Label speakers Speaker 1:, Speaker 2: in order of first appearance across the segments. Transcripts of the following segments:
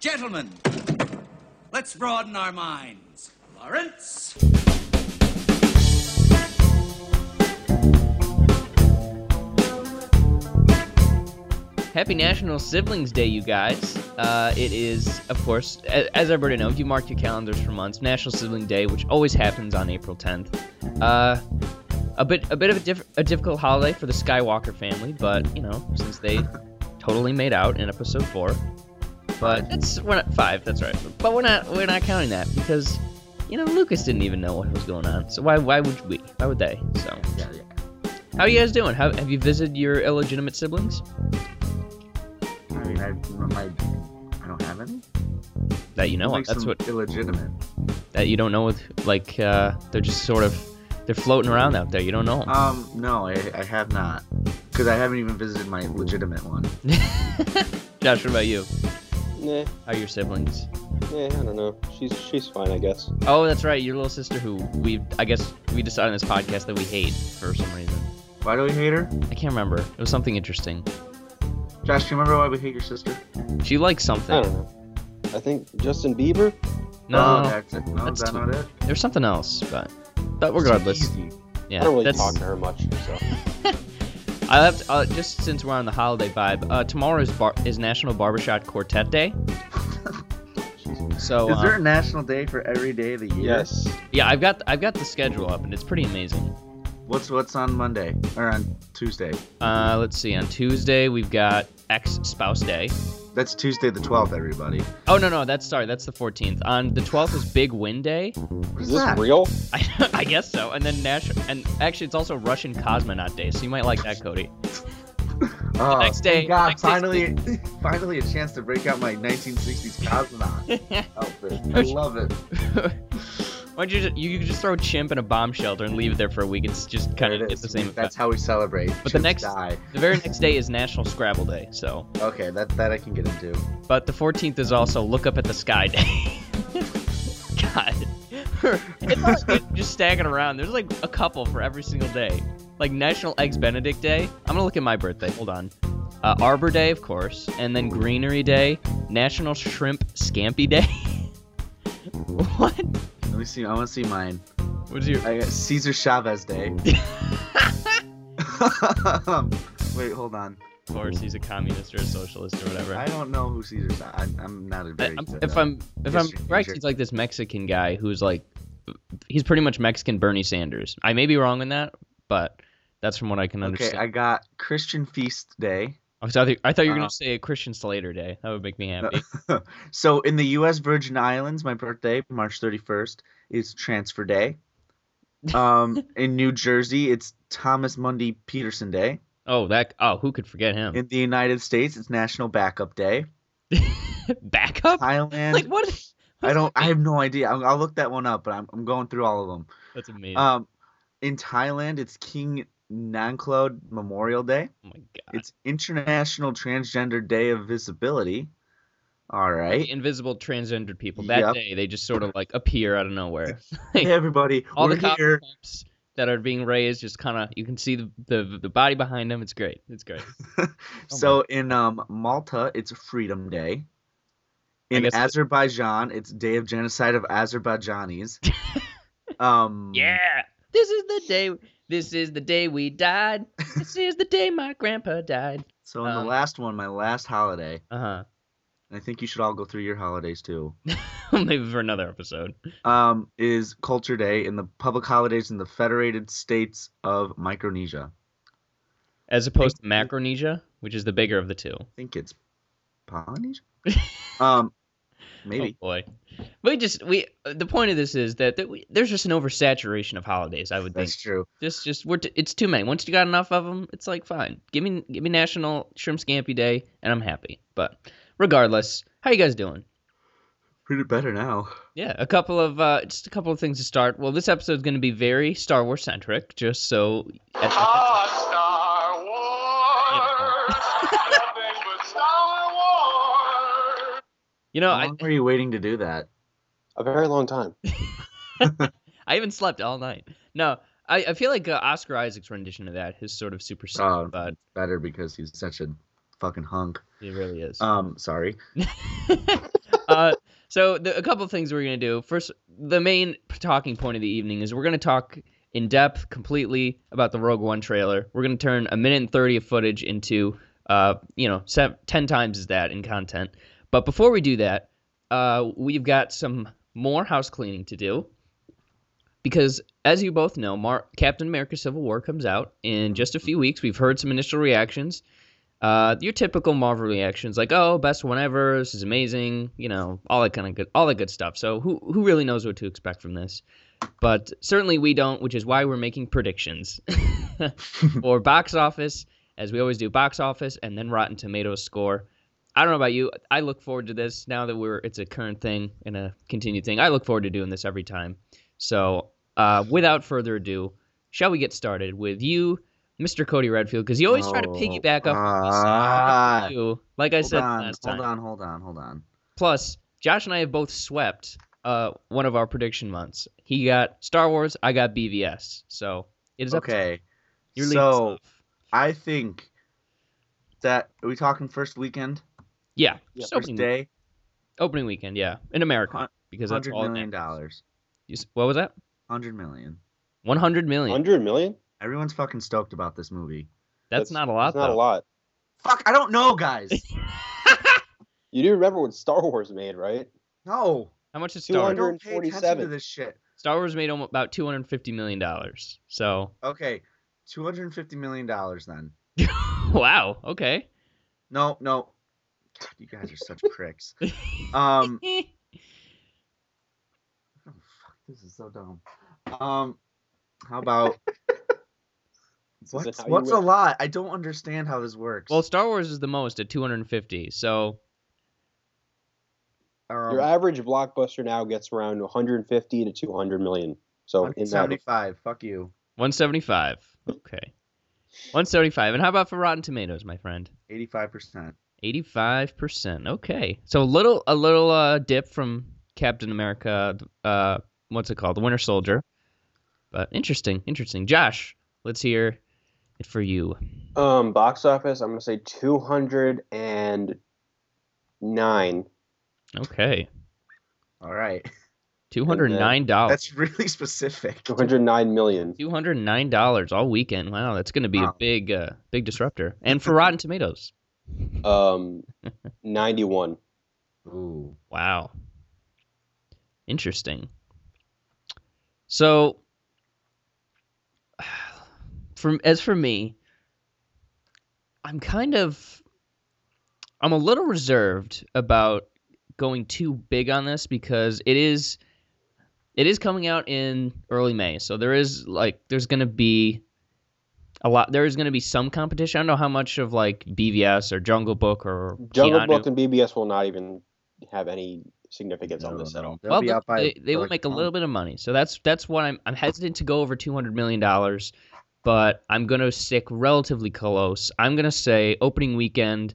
Speaker 1: Gentlemen, let's broaden our minds. Lawrence?
Speaker 2: Happy National Siblings Day, you guys. Uh, it is, of course, a- as everybody knows, you mark your calendars for months, National Sibling Day, which always happens on April 10th. Uh, a bit a bit of a, diff- a difficult holiday for the Skywalker family, but, you know, since they totally made out in episode 4. But that's we're not five. That's right. But we're not we're not counting that because you know Lucas didn't even know what was going on. So why why would we? Why would they? So
Speaker 3: Yeah, yeah.
Speaker 2: how you guys doing? How, have you visited your illegitimate siblings
Speaker 3: I mean, I, my, I don't have any.
Speaker 2: that you know?
Speaker 3: It
Speaker 2: of?
Speaker 3: makes
Speaker 2: That's
Speaker 3: them
Speaker 2: what
Speaker 3: illegitimate.
Speaker 2: that you don't know with like uh, they're just sort of they're floating around out there you don't know 'em.
Speaker 3: Um, no, I, I have not, because I haven't even visited my legitimate one.
Speaker 2: josh what about you
Speaker 4: Nah,
Speaker 2: how are your siblings
Speaker 4: nah, I don't know. She's she's fine, I guess.
Speaker 2: oh that's right your little sister who we i guess we decided on this podcast that we hate for some reason
Speaker 3: Why do we hate her?
Speaker 2: i can't remember it was something interesting
Speaker 3: Josh, do you remember why we hate your sister?
Speaker 2: she likes
Speaker 4: I
Speaker 2: something
Speaker 4: don't know. I think Justin Bieber.
Speaker 3: Oh,
Speaker 2: no
Speaker 3: that's it. No,
Speaker 2: that's
Speaker 3: that's
Speaker 2: too-
Speaker 3: not it.
Speaker 2: there's something else but but regardless
Speaker 3: It's easy.
Speaker 2: yeah
Speaker 4: I don't really
Speaker 2: that's
Speaker 4: talk to her much. So
Speaker 2: i have to, uh, just since we're on the holiday vibe uh tomorrow is bar- is national barbershot quartet day so
Speaker 3: Is
Speaker 2: uh,
Speaker 3: there a national day for every day of the year?
Speaker 4: yes,
Speaker 2: yeah i've got i've got the schedule up and it's pretty amazing
Speaker 3: What's what's on Monday or on Tuesday?
Speaker 2: Uh, let's see. On Tuesday, we've got ex spouse day.
Speaker 3: That's Tuesday the twelfth, everybody.
Speaker 2: Oh no, no, that's sorry, that's the 14th. On the 12th is Big Win Day.
Speaker 3: What
Speaker 4: is
Speaker 3: is
Speaker 4: this
Speaker 3: that?
Speaker 4: real?
Speaker 2: I, I guess so. And then national, and actually, it's also Russian Cosmonaut Day, so you might like that, Cody.
Speaker 3: Oh,
Speaker 2: next
Speaker 3: thank
Speaker 2: day-
Speaker 3: God,
Speaker 2: next day's-
Speaker 3: finally, finally a chance to break out my 1960s cosmonaut outfit. I
Speaker 2: Which-
Speaker 3: love it.
Speaker 2: Why don't you just, you could just throw chimp in a bomb shelter and leave it there for a week? It's just kind
Speaker 3: There
Speaker 2: of
Speaker 3: it
Speaker 2: it's the
Speaker 3: is.
Speaker 2: same
Speaker 3: That's
Speaker 2: effect.
Speaker 3: how we celebrate.
Speaker 2: the
Speaker 3: Chimps
Speaker 2: next-
Speaker 3: die.
Speaker 2: The very next day is National Scrabble Day. So,
Speaker 3: Okay, that that I can get into.
Speaker 2: but the 14th is also Look Up at the Sky Day. God, it's not like we're just staggering around. There's like a couple for every single day. Like National Eggs Benedict Day. I'm gonna look at my birthday. Hold on. Uh, Arbor Day, of course, and then Greenery Day, National Shrimp Scampi Day. what?
Speaker 3: Let me see. I want to see mine.
Speaker 2: What's your?
Speaker 3: I got Caesar Chavez Day. Wait, hold on.
Speaker 2: Of course, he's a communist or a socialist or whatever.
Speaker 3: I don't know who Caesar. I'm, I'm not a
Speaker 2: I-
Speaker 3: very.
Speaker 2: I'm-
Speaker 3: good,
Speaker 2: if
Speaker 3: uh,
Speaker 2: I'm if I'm
Speaker 3: history
Speaker 2: correct,
Speaker 3: teacher.
Speaker 2: he's like this Mexican guy who's like he's pretty much Mexican Bernie Sanders. I may be wrong in that, but that's from what I can
Speaker 3: Okay,
Speaker 2: understand.
Speaker 3: I got Christian Feast Day.
Speaker 2: Oh, so I, thi- I thought you were
Speaker 3: Uh-huh.
Speaker 2: gonna say a Christian Slater Day. That would make me happy.
Speaker 3: So in the U.S. Virgin Islands, my birthday, March 31st, is Transfer Day. Um, in New Jersey, it's Thomas Mundy Peterson Day.
Speaker 2: oh, that oh, who could forget him?
Speaker 3: In the United States, it's National Backup Day.
Speaker 2: Backup?
Speaker 3: Thailand,
Speaker 2: Like what?
Speaker 3: I don't, I have no idea. I'll, I'll look that one up, but I'm, I'm going through all of them.
Speaker 2: That's amazing.
Speaker 3: Um, in Thailand, it's King Nanclode Memorial Day.
Speaker 2: oh my god.
Speaker 3: It's International Transgender Day of Visibility. All right.
Speaker 2: The invisible transgendered people. That
Speaker 3: Yep.
Speaker 2: day, they just sort of like appear out of nowhere.
Speaker 3: Hey everybody,
Speaker 2: All
Speaker 3: we're
Speaker 2: the coffee
Speaker 3: here.
Speaker 2: cups that are being raised, just kind of you can see the, the the body behind them. It's great. It's great. Oh
Speaker 3: so in um, Malta, it's Freedom Day.
Speaker 2: I
Speaker 3: In
Speaker 2: guess it-
Speaker 3: Azerbaijan, it's Day of Genocide of Azerbaijanis. um,
Speaker 2: Yeah. This is the day. This is the day we died. This is the day my grandpa died.
Speaker 3: So in
Speaker 2: Um,
Speaker 3: the last one, my last holiday,
Speaker 2: Uh
Speaker 3: and I think you should all go through your holidays too.
Speaker 2: huh. Maybe for another episode.
Speaker 3: Um, is Culture Day and the public holidays in the Federated States of Micronesia.
Speaker 2: As opposed to Macronesia, which is the bigger of the two.
Speaker 3: I think it's Polynesia. um, maybe.
Speaker 2: Oh boy. We just we the point of this is that, that we, there's just an oversaturation of holidays. I would think
Speaker 3: That's true.
Speaker 2: just just we're t- it's too many. Once you got enough of them, it's like fine. Give me give me National Shrimp Scampi Day, and I'm happy. But regardless, how you guys doing?
Speaker 3: Pretty better now.
Speaker 2: Yeah, a couple of uh, just a couple of things to start. Well, this episode is going to be very Star Wars centric, just so.
Speaker 5: Star Wars. Nothing but Star Wars.
Speaker 2: You know,
Speaker 3: How
Speaker 2: I,
Speaker 3: long were you waiting to do that?
Speaker 4: A very long time.
Speaker 2: I even slept all night. No, I, I feel like uh, Oscar Isaac's rendition of that has sort of superseded,
Speaker 3: Oh.
Speaker 2: but
Speaker 3: Better because he's such a fucking hunk.
Speaker 2: it really is.
Speaker 3: Um, sorry.
Speaker 2: uh, so the, a couple of things we're gonna do. First, the main p- talking point of the evening is we're gonna talk in depth, completely about the Rogue One trailer. We're gonna turn a minute and thirty of footage into, uh, you know, sev ten times as that in content. But before we do that, uh, we've got some more house cleaning to do because as you both know, Mar- Captain America: Civil War comes out in just a few weeks. We've heard some initial reactions. Uh, your typical Marvel reactions, like "Oh, best one ever! This is amazing!" You know, all that kind of good, all that good stuff. So who who really knows what to expect from this? But certainly we don't, which is why we're making predictions or box office, as we always do, box office and then Rotten Tomatoes score. I don't know about you. I look forward to this now that we're it's a current thing and a continued thing. I look forward to doing this every time. So, uh, without further ado, shall we get started with you, Mr. Cody Redfield? Because you always try to
Speaker 3: Oh,
Speaker 2: piggyback off
Speaker 3: ah.
Speaker 2: of you, like I
Speaker 3: hold
Speaker 2: said
Speaker 3: on,
Speaker 2: last
Speaker 3: hold
Speaker 2: time.
Speaker 3: on, hold on, hold on.
Speaker 2: Plus, Josh and I have both swept uh, one of our prediction months. He got Star Wars, I got BVS. So it is up to
Speaker 3: Okay,
Speaker 2: your
Speaker 3: so I think that are we talking first weekend,
Speaker 2: Yeah,
Speaker 4: Yeah,
Speaker 2: just
Speaker 3: first
Speaker 2: opening,
Speaker 3: day,
Speaker 2: opening weekend. Yeah, in America
Speaker 3: Hun-
Speaker 2: because that's
Speaker 3: hundred
Speaker 2: all. that
Speaker 3: million
Speaker 2: matters.
Speaker 3: dollars,
Speaker 2: You s- What was that?
Speaker 3: hundred million.
Speaker 2: One hundred million.
Speaker 4: Hundred million?
Speaker 3: Everyone's fucking stoked about this movie.
Speaker 2: that's, not a lot.
Speaker 4: That's not
Speaker 2: though.
Speaker 4: a lot.
Speaker 3: Fuck, I don't know, guys.
Speaker 4: You do remember when Star Wars made, right?
Speaker 3: no,
Speaker 2: How much is Star
Speaker 3: I
Speaker 2: Wars?
Speaker 3: don't
Speaker 4: 200.
Speaker 3: pay attention to
Speaker 4: 147.
Speaker 3: this shit.
Speaker 2: Star Wars made almost about two hundred fifty million dollars. So
Speaker 3: Okay, two hundred fifty million dollars then.
Speaker 2: wow. Okay.
Speaker 3: No, no. God, you guys are such pricks. Um,
Speaker 2: Eh.
Speaker 3: oh, fuck, this is so dumb. Um, how about
Speaker 4: This isn't
Speaker 3: what's
Speaker 4: how you
Speaker 3: what's a
Speaker 4: win.
Speaker 3: lot? I don't understand how this works.
Speaker 2: well, Star Wars is the most at two hundred fifty. So
Speaker 3: um,
Speaker 4: Your average blockbuster now gets around 150 to 200 million. So in that,
Speaker 3: 175. Fuck you.
Speaker 2: one seventy five. Okay. One seventy five. And how about for Rotten Tomatoes, my friend?
Speaker 3: 85%.
Speaker 2: Eighty-five percent. Okay, so a little a little uh, dip from Captain America. Uh, what's it called? The Winter Soldier. But interesting, interesting. Josh, let's hear it for you.
Speaker 4: um, box office, I'm gonna say 209
Speaker 2: Okay,
Speaker 3: All right.
Speaker 2: two hundred nine dollars.
Speaker 3: That's really specific.
Speaker 4: 209 million.
Speaker 2: Two hundred nine dollars all weekend. Wow, that's going to be a
Speaker 3: Wow.
Speaker 2: big uh, big disruptor. And for Rotten Tomatoes.
Speaker 4: Um, 91.
Speaker 3: Ooh.
Speaker 2: Wow. Interesting. So, from as for me, I'm kind of I'm a little reserved about going too big on this because it is it is coming out in early May. So there is like there's going to be a lot there is going to be some competition. I don't know how much of like BVS or Jungle Book or
Speaker 4: Jungle
Speaker 2: Keanu.
Speaker 4: Book and BBS will not even have any significance on this at all.
Speaker 3: They'll
Speaker 2: well,
Speaker 3: be
Speaker 2: but
Speaker 3: out by,
Speaker 2: they, they will
Speaker 3: like,
Speaker 2: make a
Speaker 3: month.
Speaker 2: little bit of money, so that's that's what I'm I'm hesitant to go over two hundred million dollars, but I'm gonna stick relatively close. I'm gonna say opening weekend,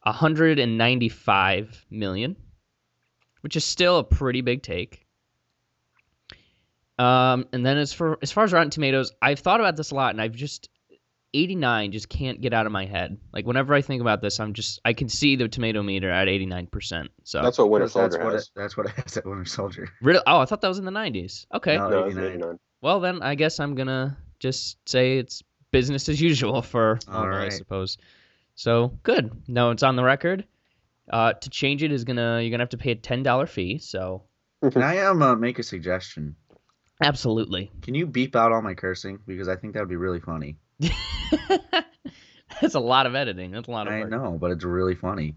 Speaker 2: hundred and ninety five million, which is still a pretty big take. Um, and then as for as far as Rotten Tomatoes, I've thought about this a lot, and I've just 89 just can't get out of my head. Like whenever I think about this, I'm just I can see the tomato meter at 89%. So
Speaker 4: That's what Winter
Speaker 3: Because That's
Speaker 4: Soldier
Speaker 3: what, it,
Speaker 4: has.
Speaker 3: that's what it has at Winter Soldier.
Speaker 2: Really? Oh, I thought that was in the 90s. Okay.
Speaker 3: No.
Speaker 4: No, it's
Speaker 3: 89.
Speaker 4: 89.
Speaker 2: Well, then I guess I'm going to just say it's business as usual for
Speaker 3: All
Speaker 2: Marvel, I
Speaker 3: right.
Speaker 2: suppose. So, good. No, it's on the record. Uh, to change it is going to you're going to have to pay a $10 fee, so
Speaker 3: Can I um, uh, make a suggestion?
Speaker 2: absolutely.
Speaker 3: Can you beep out all my cursing? Because I think that would be really funny.
Speaker 2: That's a lot of editing. That's a lot of
Speaker 3: I
Speaker 2: work.
Speaker 3: know, but it's really funny.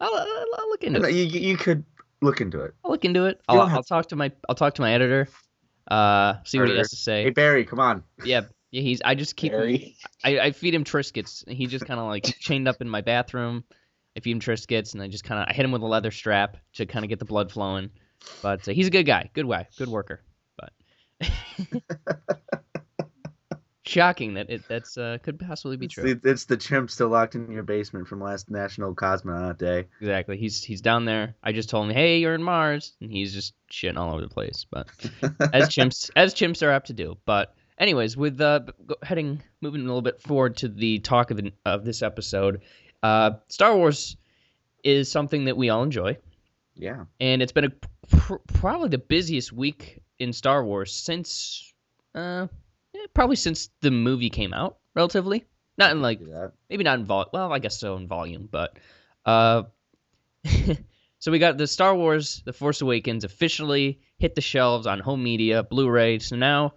Speaker 2: I'll, I'll, I'll look into
Speaker 3: And
Speaker 2: it.
Speaker 3: you, you you could look into it.
Speaker 2: I'll look into it.
Speaker 3: You
Speaker 2: I'll,
Speaker 3: don't have
Speaker 2: I'll talk to my I'll talk to my editor. Uh, see what he has to
Speaker 3: Editor.
Speaker 2: say.
Speaker 3: Hey, Barry, come on.
Speaker 2: Yeah, yeah. He's. I just keep. him-
Speaker 4: Very-
Speaker 2: I, I feed him Triscuits. and He just kind of like chained up in my bathroom. I feed him Triscuits, and I just kind of I hit him with a leather strap to kind of get the blood flowing. But uh, he's a good guy, good guy, good worker. But shocking that it that's uh, could possibly be
Speaker 3: It's,
Speaker 2: true.
Speaker 3: the- it's the chimp still locked in your basement from last National Cosmonaut Day.
Speaker 2: Exactly. He's he's down there. I just told him, hey, you're in Mars, and he's just shitting all over the place. But as chimps as chimps are apt to do. But anyways, with uh, b- go- heading moving a little bit forward to the talk of the, of this episode, uh, Star Wars is something that we all enjoy.
Speaker 3: Yeah.
Speaker 2: and it's been a, pr- probably the busiest week in Star Wars since, uh, yeah, probably since the movie came out. Relatively, not in like
Speaker 3: do that.
Speaker 2: maybe not in vol. Well, I guess so in volume, but uh, so we got the Star Wars: The Force Awakens officially hit the shelves on home media, Blu-ray. So now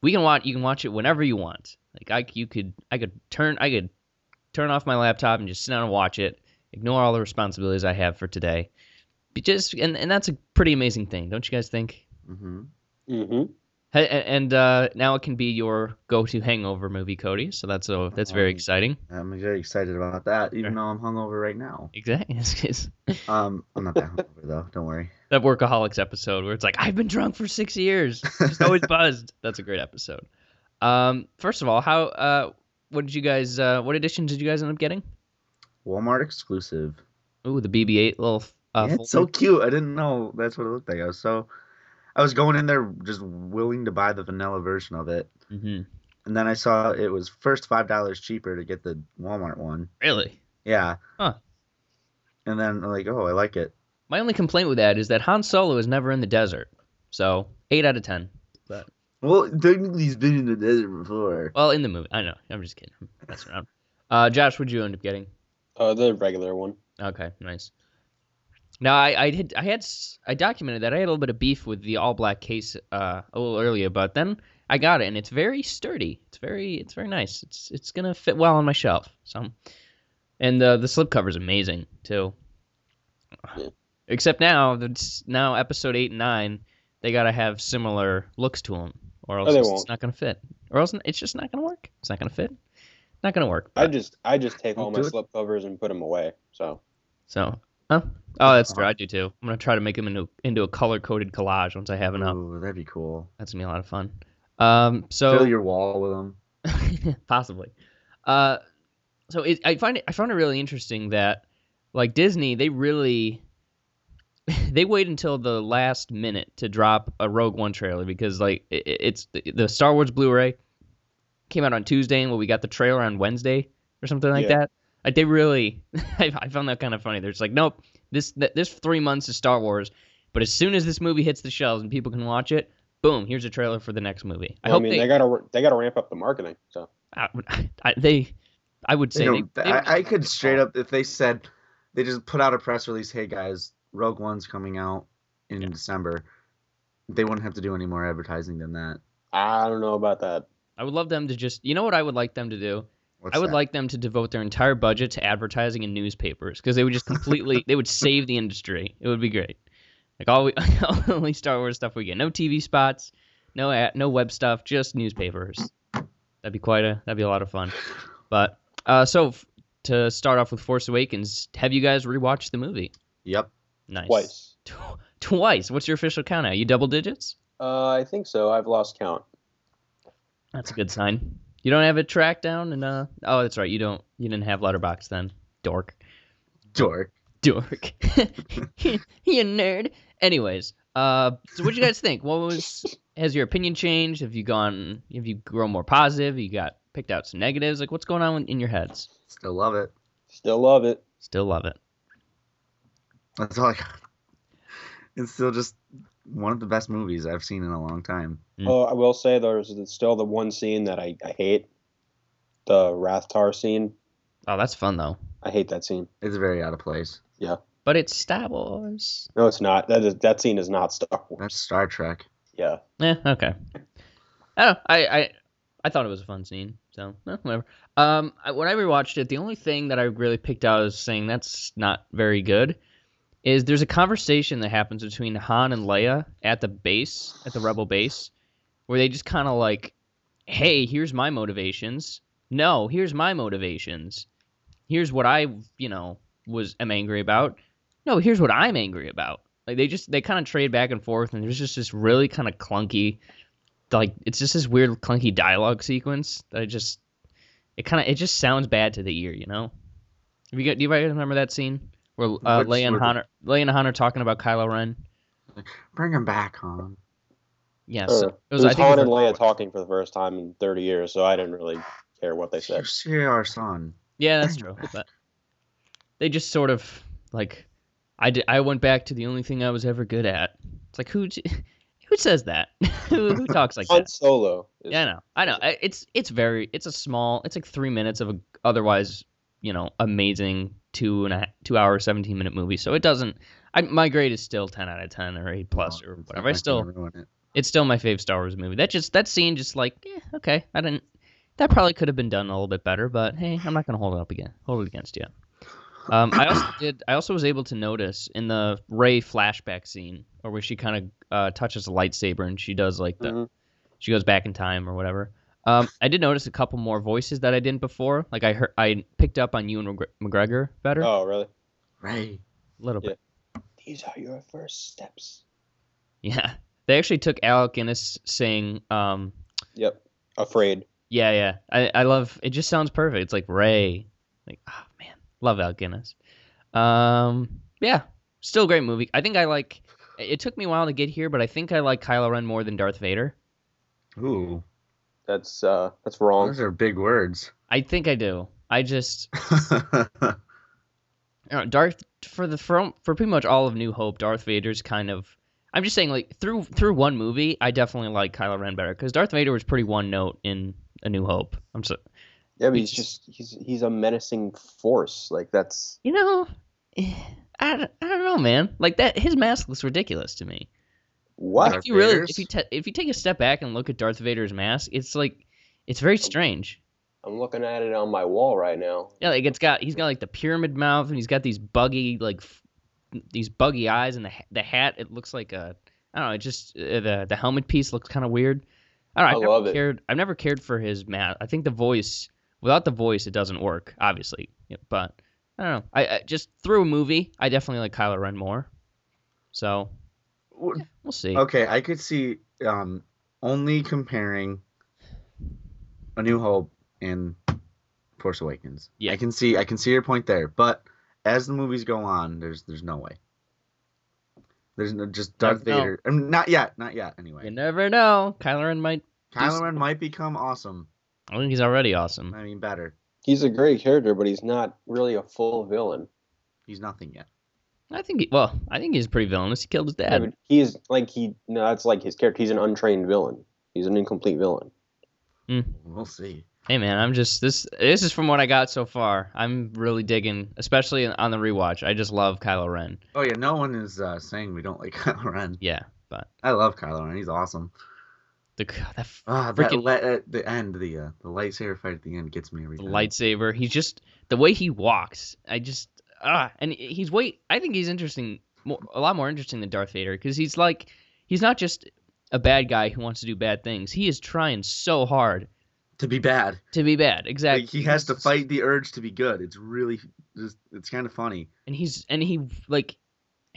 Speaker 2: we can watch. You can watch it whenever you want. Like I, you could, I could turn, I could turn off my laptop and just sit down and watch it. Ignore all the responsibilities I have for today. But just and and that's a pretty amazing thing, don't you guys think?
Speaker 3: Mm-hmm.
Speaker 4: hmm
Speaker 2: Hey, a- And uh, now it can be your go-to hangover movie, Cody. So that's a, that's very
Speaker 3: Um,
Speaker 2: exciting.
Speaker 3: I'm very excited about that, even
Speaker 2: Sure.
Speaker 3: though I'm hungover right now.
Speaker 2: Exactly. It's- it's-
Speaker 3: Um, I'm not that hungover though. Don't worry.
Speaker 2: that workaholics episode where it's like I've been drunk for six years, just always buzzed. That's a great episode. Um, first of all, how uh, what did you guys? Uh, what editions did you guys end up getting?
Speaker 3: Walmart exclusive.
Speaker 2: Ooh, the BB-8 little. Uh,
Speaker 3: yeah, it's so
Speaker 2: folder.
Speaker 3: cute. I didn't know that's what it looked like. I was so, I was going in there just willing to buy the vanilla version of it,
Speaker 2: Mhm.
Speaker 3: and then I saw it was first five dollars cheaper to get the Walmart one.
Speaker 2: Really,
Speaker 3: Yeah.
Speaker 2: Huh.
Speaker 3: And then like, oh, I like it.
Speaker 2: my only complaint with that is that Han Solo is never in the desert. So eight out of ten.
Speaker 3: Well, technically, he's been in the desert before.
Speaker 2: Well, in the movie, I know. I'm just kidding. That's around. Uh, Josh, what'd you end up getting?
Speaker 4: Uh, the regular one.
Speaker 2: Okay, nice. Now I I did I had s- I documented that I had a little bit of beef with the all black case uh, a little earlier, but then I got it and it's very sturdy. It's very it's very nice. It's it's gonna fit well on my shelf. So, I'm- and the the slipcover is amazing too.
Speaker 4: Yeah.
Speaker 2: Except now that's now episode eight and nine, they gotta have similar looks to them, or else
Speaker 4: they
Speaker 2: it's
Speaker 4: won't.
Speaker 2: not gonna fit. Or else it's just not gonna work. It's not gonna fit. Not gonna work.
Speaker 4: I just I just take all my
Speaker 3: Do it.
Speaker 4: slip covers and put them away. So
Speaker 2: So, huh? Oh, that's true. I do too. I'm gonna try to make them into into a color coded collage once I have enough.
Speaker 3: Ooh, that'd be cool.
Speaker 2: That's gonna be a lot of fun. Um,
Speaker 3: Fill
Speaker 2: so
Speaker 3: your wall with them.
Speaker 2: possibly, uh, so it, I find it I found it really interesting that like Disney they really they wait until the last minute to drop a Rogue One trailer because like it, it's the, the Star Wars Blu-ray came out on Tuesday and well we got the trailer on Wednesday or something like
Speaker 4: Yeah.
Speaker 2: that. Like they really, I, I found that kind of funny. They're just like, nope, this th- this three months is Star Wars, but as soon as this movie hits the shelves and people can watch it, boom, here's a trailer for the next movie. I
Speaker 4: Well, I,
Speaker 2: hope
Speaker 4: mean
Speaker 2: they,
Speaker 4: they, gotta they gotta ramp up the marketing. So
Speaker 2: I, I- they, I would
Speaker 3: They
Speaker 2: say they,
Speaker 3: don't-
Speaker 2: they don't
Speaker 3: I, I
Speaker 2: need
Speaker 3: could
Speaker 2: to
Speaker 3: straight
Speaker 2: call.
Speaker 3: up if they said they just put out a press release, hey guys, Rogue One's coming out in
Speaker 2: Yeah.
Speaker 3: December. They wouldn't have to do any more advertising than that.
Speaker 4: I don't know about that.
Speaker 2: I would love them to just, you know what I would like them to do?
Speaker 3: What's
Speaker 2: I would
Speaker 3: that?
Speaker 2: like them to devote their entire budget to advertising and newspapers because they would just completely they would save the industry. It would be great. Like all we, only Star Wars stuff we get. No TV spots, no ad, no web stuff, just newspapers. That'd be quite a that'd be a lot of fun. But uh, so f- to start off with Force Awakens, have you guys rewatched the movie?
Speaker 3: Yep.
Speaker 2: Nice.
Speaker 4: Twice.
Speaker 2: Tw- Twice. What's your official count now? You double digits?
Speaker 4: Uh, I think so. I've lost count.
Speaker 2: That's a good sign. You don't have it tracked down and uh oh that's right, you don't you didn't have letterbox then. Dork.
Speaker 3: Dork.
Speaker 2: dork. you nerd. Anyways, uh, so what do you guys think? What was has your opinion changed? Have you gone? Have you grown more positive? You got picked out some negatives. Like what's going on in your heads?
Speaker 3: Still love it.
Speaker 4: Still love it.
Speaker 2: Still love it.
Speaker 3: That's all I got. It's still just one of the best movies I've seen in a long time.
Speaker 2: Mm.
Speaker 4: Oh, I will say there's still the one scene that I, I hate. The Rathtar scene.
Speaker 2: Oh, that's fun though.
Speaker 4: I hate that scene.
Speaker 3: It's very out of place.
Speaker 2: But it's Star Wars.
Speaker 4: No, it's not. That is that scene is not Star Wars.
Speaker 3: That's Star Trek.
Speaker 4: Yeah.
Speaker 2: Yeah. Okay. I don't. I. I I thought it was a fun scene, so eh, whatever. Um, I, when I rewatched it, the only thing that I really picked out as saying that's not very good is there's a conversation that happens between Han and Leia at the base, at the Rebel base, where they just kind of like, "Hey, here's my motivations. No, here's my motivations. Here's what I, you know, was am angry about. No, here's what I'm angry about." Like they just they kind of trade back and forth, and there's just this really kind of clunky, like it's just this weird clunky dialogue sequence that I just it kind of it just sounds bad to the ear, you know. Have you got, do you guys remember that scene where uh,
Speaker 3: Which
Speaker 2: Leia and
Speaker 3: were the-
Speaker 2: Han are, Leia and Han are talking about Kylo Ren?
Speaker 3: Bring him back, Han.
Speaker 2: Yeah,
Speaker 4: Or-
Speaker 2: so it
Speaker 4: it
Speaker 2: was,
Speaker 4: was,
Speaker 2: I think it
Speaker 4: Han
Speaker 2: was
Speaker 4: and Leia talking for the first time in 30 years, so I didn't really care what they
Speaker 3: You
Speaker 4: said.
Speaker 3: see our son.
Speaker 2: Yeah, that's
Speaker 3: Bring
Speaker 2: true.
Speaker 3: it back.
Speaker 2: But they just sort of like I, did, I went back to the only thing I was ever good at. It's like who j- who says that? who, who talks like
Speaker 4: Han
Speaker 2: that?
Speaker 4: Solo. Is,
Speaker 2: Yeah, I know. I know. I- It's it's very it's a small. It's like three minutes of a otherwise you know amazing two and a two hour seventeen minute movie. So it doesn't. I, my grade is still ten out of ten or eight plus
Speaker 3: Oh,
Speaker 2: or whatever. I
Speaker 3: That's
Speaker 2: still
Speaker 3: gonna ruin it.
Speaker 2: it's still my fave Star Wars movie. That just that scene just like eh, okay, I didn't. That probably could have been done a little bit better, but hey, I'm not gonna hold it up again. Hold it against you. Um, I also did. I also was able to notice in the Ray flashback scene, or where she kind of uh, touches a lightsaber and she does like the,
Speaker 4: Mhm.
Speaker 2: she goes back in time or whatever. Um, I did notice a couple more voices that I didn't before. Like I heard, I picked up on Ewan McGre- McGregor better, a
Speaker 4: Oh, really?
Speaker 3: Ray.
Speaker 2: little bit.
Speaker 4: These are your first steps.
Speaker 2: Yeah, they actually took Alec Guinness saying um,
Speaker 4: Yep. Afraid.
Speaker 2: Yeah, yeah. I, I love it just sounds perfect. It's like Ray. Like, oh man. Love Al Guinness. Um yeah. Still a great movie. I think I like it took me a while to get here, but I think I like Kylo Ren more than Darth Vader.
Speaker 3: Ooh,
Speaker 4: That's uh, that's wrong.
Speaker 3: those are big words.
Speaker 2: I think I do. I just I don't know, Darth for the for, for pretty much all of New Hope, Darth Vader's kind of I'm just saying like through through one movie, I definitely like Kylo Ren better cuz Darth Vader was pretty one note in A New Hope. I'm so
Speaker 4: Yeah, but he's just he's he's a menacing force. Like that's
Speaker 2: you know, eh, I, don't- I don't know, man. Like that, his mask looks ridiculous to me.
Speaker 4: what?
Speaker 3: Darth
Speaker 2: if you really,
Speaker 3: Vader's?
Speaker 2: if you ta if you take a step back and look at Darth Vader's mask, it's like, it's very strange.
Speaker 4: I'm looking at it on my wall right now.
Speaker 2: Yeah, like it's got he's got like the pyramid mouth and he's got these buggy like f- these buggy eyes and the ha- the hat. It looks like a I don't know. It just uh, the the helmet piece looks kind of weird. I don't. Know, I've
Speaker 4: I
Speaker 2: never
Speaker 4: love it.
Speaker 2: cared, I've never cared for his mask. I think the voice without the voice it doesn't work, obviously. Yeah, But I don't know. I, I just through a movie, I definitely like Kylo Ren more. So we'll see.
Speaker 3: okay, I could see um, only comparing A New Hope and Force Awakens.
Speaker 2: Yeah.
Speaker 3: I can see I can see your point there, but as the movies go on, there's there's no way. There's no, just Darth
Speaker 2: Never know.
Speaker 3: Vader. I mean, not yet, not yet.
Speaker 2: You
Speaker 3: Anyway,
Speaker 2: never know. Kylo Ren might.
Speaker 3: Kylo Ren might become awesome.
Speaker 2: I think he's already awesome.
Speaker 3: I mean, better.
Speaker 4: He's a great character, but he's not really a full villain.
Speaker 3: He's nothing yet.
Speaker 2: I think. He, well, I think he's pretty villainous. He killed his
Speaker 4: Yeah,
Speaker 2: dad.
Speaker 4: but he is like he no, that's like his character. He's an untrained villain. He's an incomplete villain.
Speaker 3: We'll see.
Speaker 2: Hey man, I'm just this. This is from what I got so far. I'm really digging, especially on the rewatch. I just love Kylo Ren.
Speaker 3: Oh yeah, no one is uh, saying we don't like Kylo Ren.
Speaker 2: Yeah, but
Speaker 3: I love Kylo Ren. He's awesome.
Speaker 2: the that f-
Speaker 3: Ah, that
Speaker 2: Freaking-
Speaker 3: le- at the end, the uh, the lightsaber fight at the end gets me every
Speaker 2: the
Speaker 3: time.
Speaker 2: lightsaber. He's just the way he walks. I just ah, and he's way. I think he's interesting, more, a lot more interesting than Darth Vader because he's like he's not just a bad guy who wants to do bad things. He is trying so hard
Speaker 3: to be bad.
Speaker 2: to be bad. Exactly.
Speaker 3: Like, he has to fight the urge to be good. It's really just it's kind of funny.
Speaker 2: and he's and he like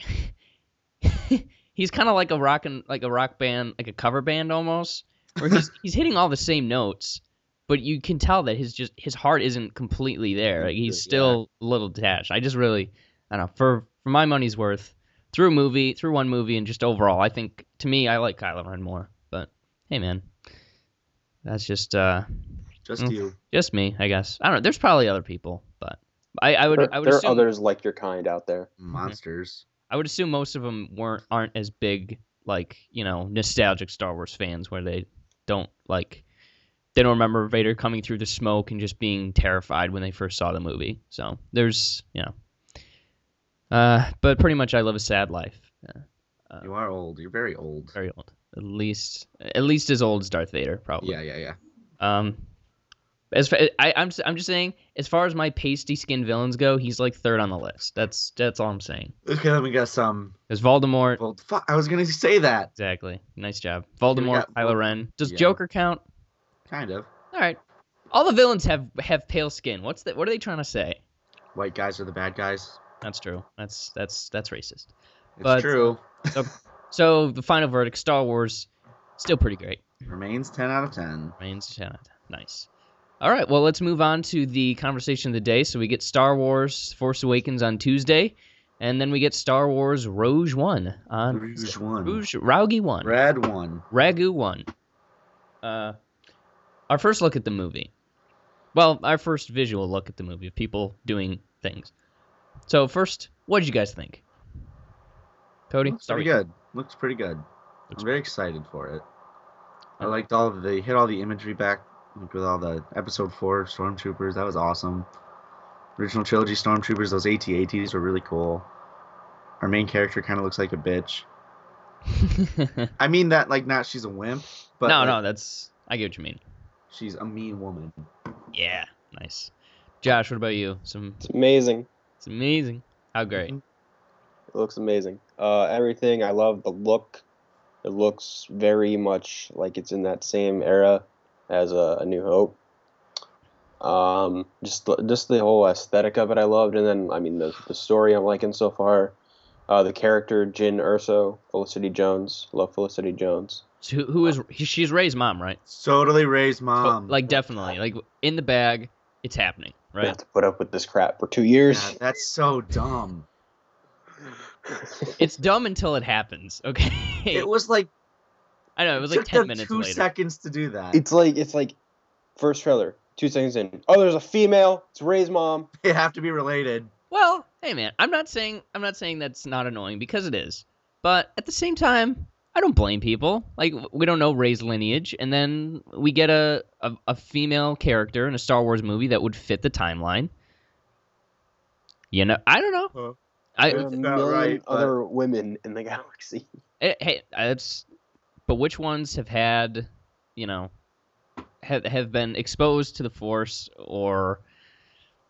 Speaker 2: he's kind of like a rock and like a rock band like a cover band almost where he's he's hitting all the same notes but you can tell that his just his heart isn't completely there like he's
Speaker 4: Yeah.
Speaker 2: still a little detached i just really i don't know for for my money's worth through a movie through one movie and just overall i think to me i like kylo ren more but hey man that's just uh
Speaker 3: Just
Speaker 2: Mm.
Speaker 3: you.
Speaker 2: just me i guess i don't know there's probably other people but i i would
Speaker 4: there
Speaker 2: i would
Speaker 4: there
Speaker 2: assume
Speaker 4: are others like your kind out there.
Speaker 2: Mm-hmm.
Speaker 3: Monsters.
Speaker 2: I would assume most of them weren't aren't as big like you know nostalgic Star Wars fans where they don't like they don't remember Vader coming through the smoke and just being terrified when they first saw the movie. So there's you know, uh, but pretty much I live a sad life. Uh,
Speaker 3: You are old. You're very old.
Speaker 2: very old, at least at least as old as Darth Vader probably.
Speaker 3: Yeah, yeah, yeah.
Speaker 2: Um, as fa- I, I'm s- I'm just saying as far as my pasty skin villains go, he's like third on the list. That's that's all I'm saying.
Speaker 3: Okay, let me guess. Um,
Speaker 2: There's Voldemort.
Speaker 3: well, fuck, I was gonna say that.
Speaker 2: Exactly. Nice job. Voldemort,
Speaker 3: got
Speaker 2: Kylo
Speaker 3: Vold-
Speaker 2: Ren. Does
Speaker 3: Yeah.
Speaker 2: Joker count?
Speaker 3: Kind of.
Speaker 2: All right. All the villains have have pale skin. What's that? What are they trying to say?
Speaker 3: White guys are the bad guys.
Speaker 2: That's true. That's that's that's racist.
Speaker 3: It's
Speaker 2: But-
Speaker 3: true.
Speaker 2: So the final verdict: Star Wars, still pretty great.
Speaker 3: Remains ten out of ten.
Speaker 2: Reigns of Shadow. Nice. All right. Well, let's move on to the conversation of the day. So we get Star Wars: Force Awakens on Tuesday, and then we get Star Wars: Rouge One on
Speaker 3: Rouge one.
Speaker 2: Rouge Raugi One.
Speaker 3: Red one.
Speaker 2: Ragu One. Uh, our first look at the movie. Well, our first visual look at the movie of people doing things. So first, what did you guys think? Cody,
Speaker 3: Looks
Speaker 2: sorry.
Speaker 3: pretty good. Looks pretty good.
Speaker 2: Looks-
Speaker 3: I'm very excited for it. I
Speaker 2: Okay.
Speaker 3: liked all of the they hit all the imagery back like with all the episode four stormtroopers. That was awesome. Original trilogy stormtroopers, those AT-ATs were really cool. Our main character kind of looks like a bitch. I mean that like not she's a wimp, but
Speaker 2: no,
Speaker 3: like,
Speaker 2: no, that's I get what you mean.
Speaker 3: she's a mean woman.
Speaker 2: Yeah, nice. Josh, what about you? Some
Speaker 4: It's amazing.
Speaker 2: it's amazing. How
Speaker 3: Mm-hmm.
Speaker 2: great.
Speaker 4: It looks amazing. Uh, everything. I love the look. It looks very much like it's in that same era as uh, a New Hope. Um, just the- just the whole aesthetic of it, I loved, and then I mean the the story I'm liking so far. Uh, the character Jin Urso, Felicity Jones. Love Felicity Jones.
Speaker 2: So who, who is she's Ray's mom, right?
Speaker 3: Mm-hmm. Totally Ray's
Speaker 2: So,
Speaker 3: mom.
Speaker 2: like definitely. Like in the bag, it's happening,
Speaker 4: I
Speaker 2: right?
Speaker 4: have to put up with this crap for two
Speaker 3: Yeah,
Speaker 4: years.
Speaker 3: that's so dumb.
Speaker 2: It's dumb until it happens, okay?
Speaker 3: It was like
Speaker 2: I know, it was like
Speaker 3: took
Speaker 2: 10
Speaker 3: them
Speaker 2: minutes
Speaker 3: two
Speaker 2: later.
Speaker 3: seconds to do that.
Speaker 4: It's like it's like first trailer, two seconds in. Oh, there's a female. It's Ray's mom.
Speaker 3: They have to be related.
Speaker 2: Well, hey man, I'm not saying I'm not saying that's not annoying because it is. But at the same time, I don't blame people. Like w- we don't know Ray's lineage, and then we get a a, a female character in a Star Wars movie that would fit the timeline. You know, I don't know.
Speaker 3: Huh.
Speaker 2: I
Speaker 4: There are a
Speaker 3: not
Speaker 4: million
Speaker 3: right, but-
Speaker 4: other women in the galaxy.
Speaker 2: eh, hey, that's but which ones have had, you know, have have been exposed to the Force or,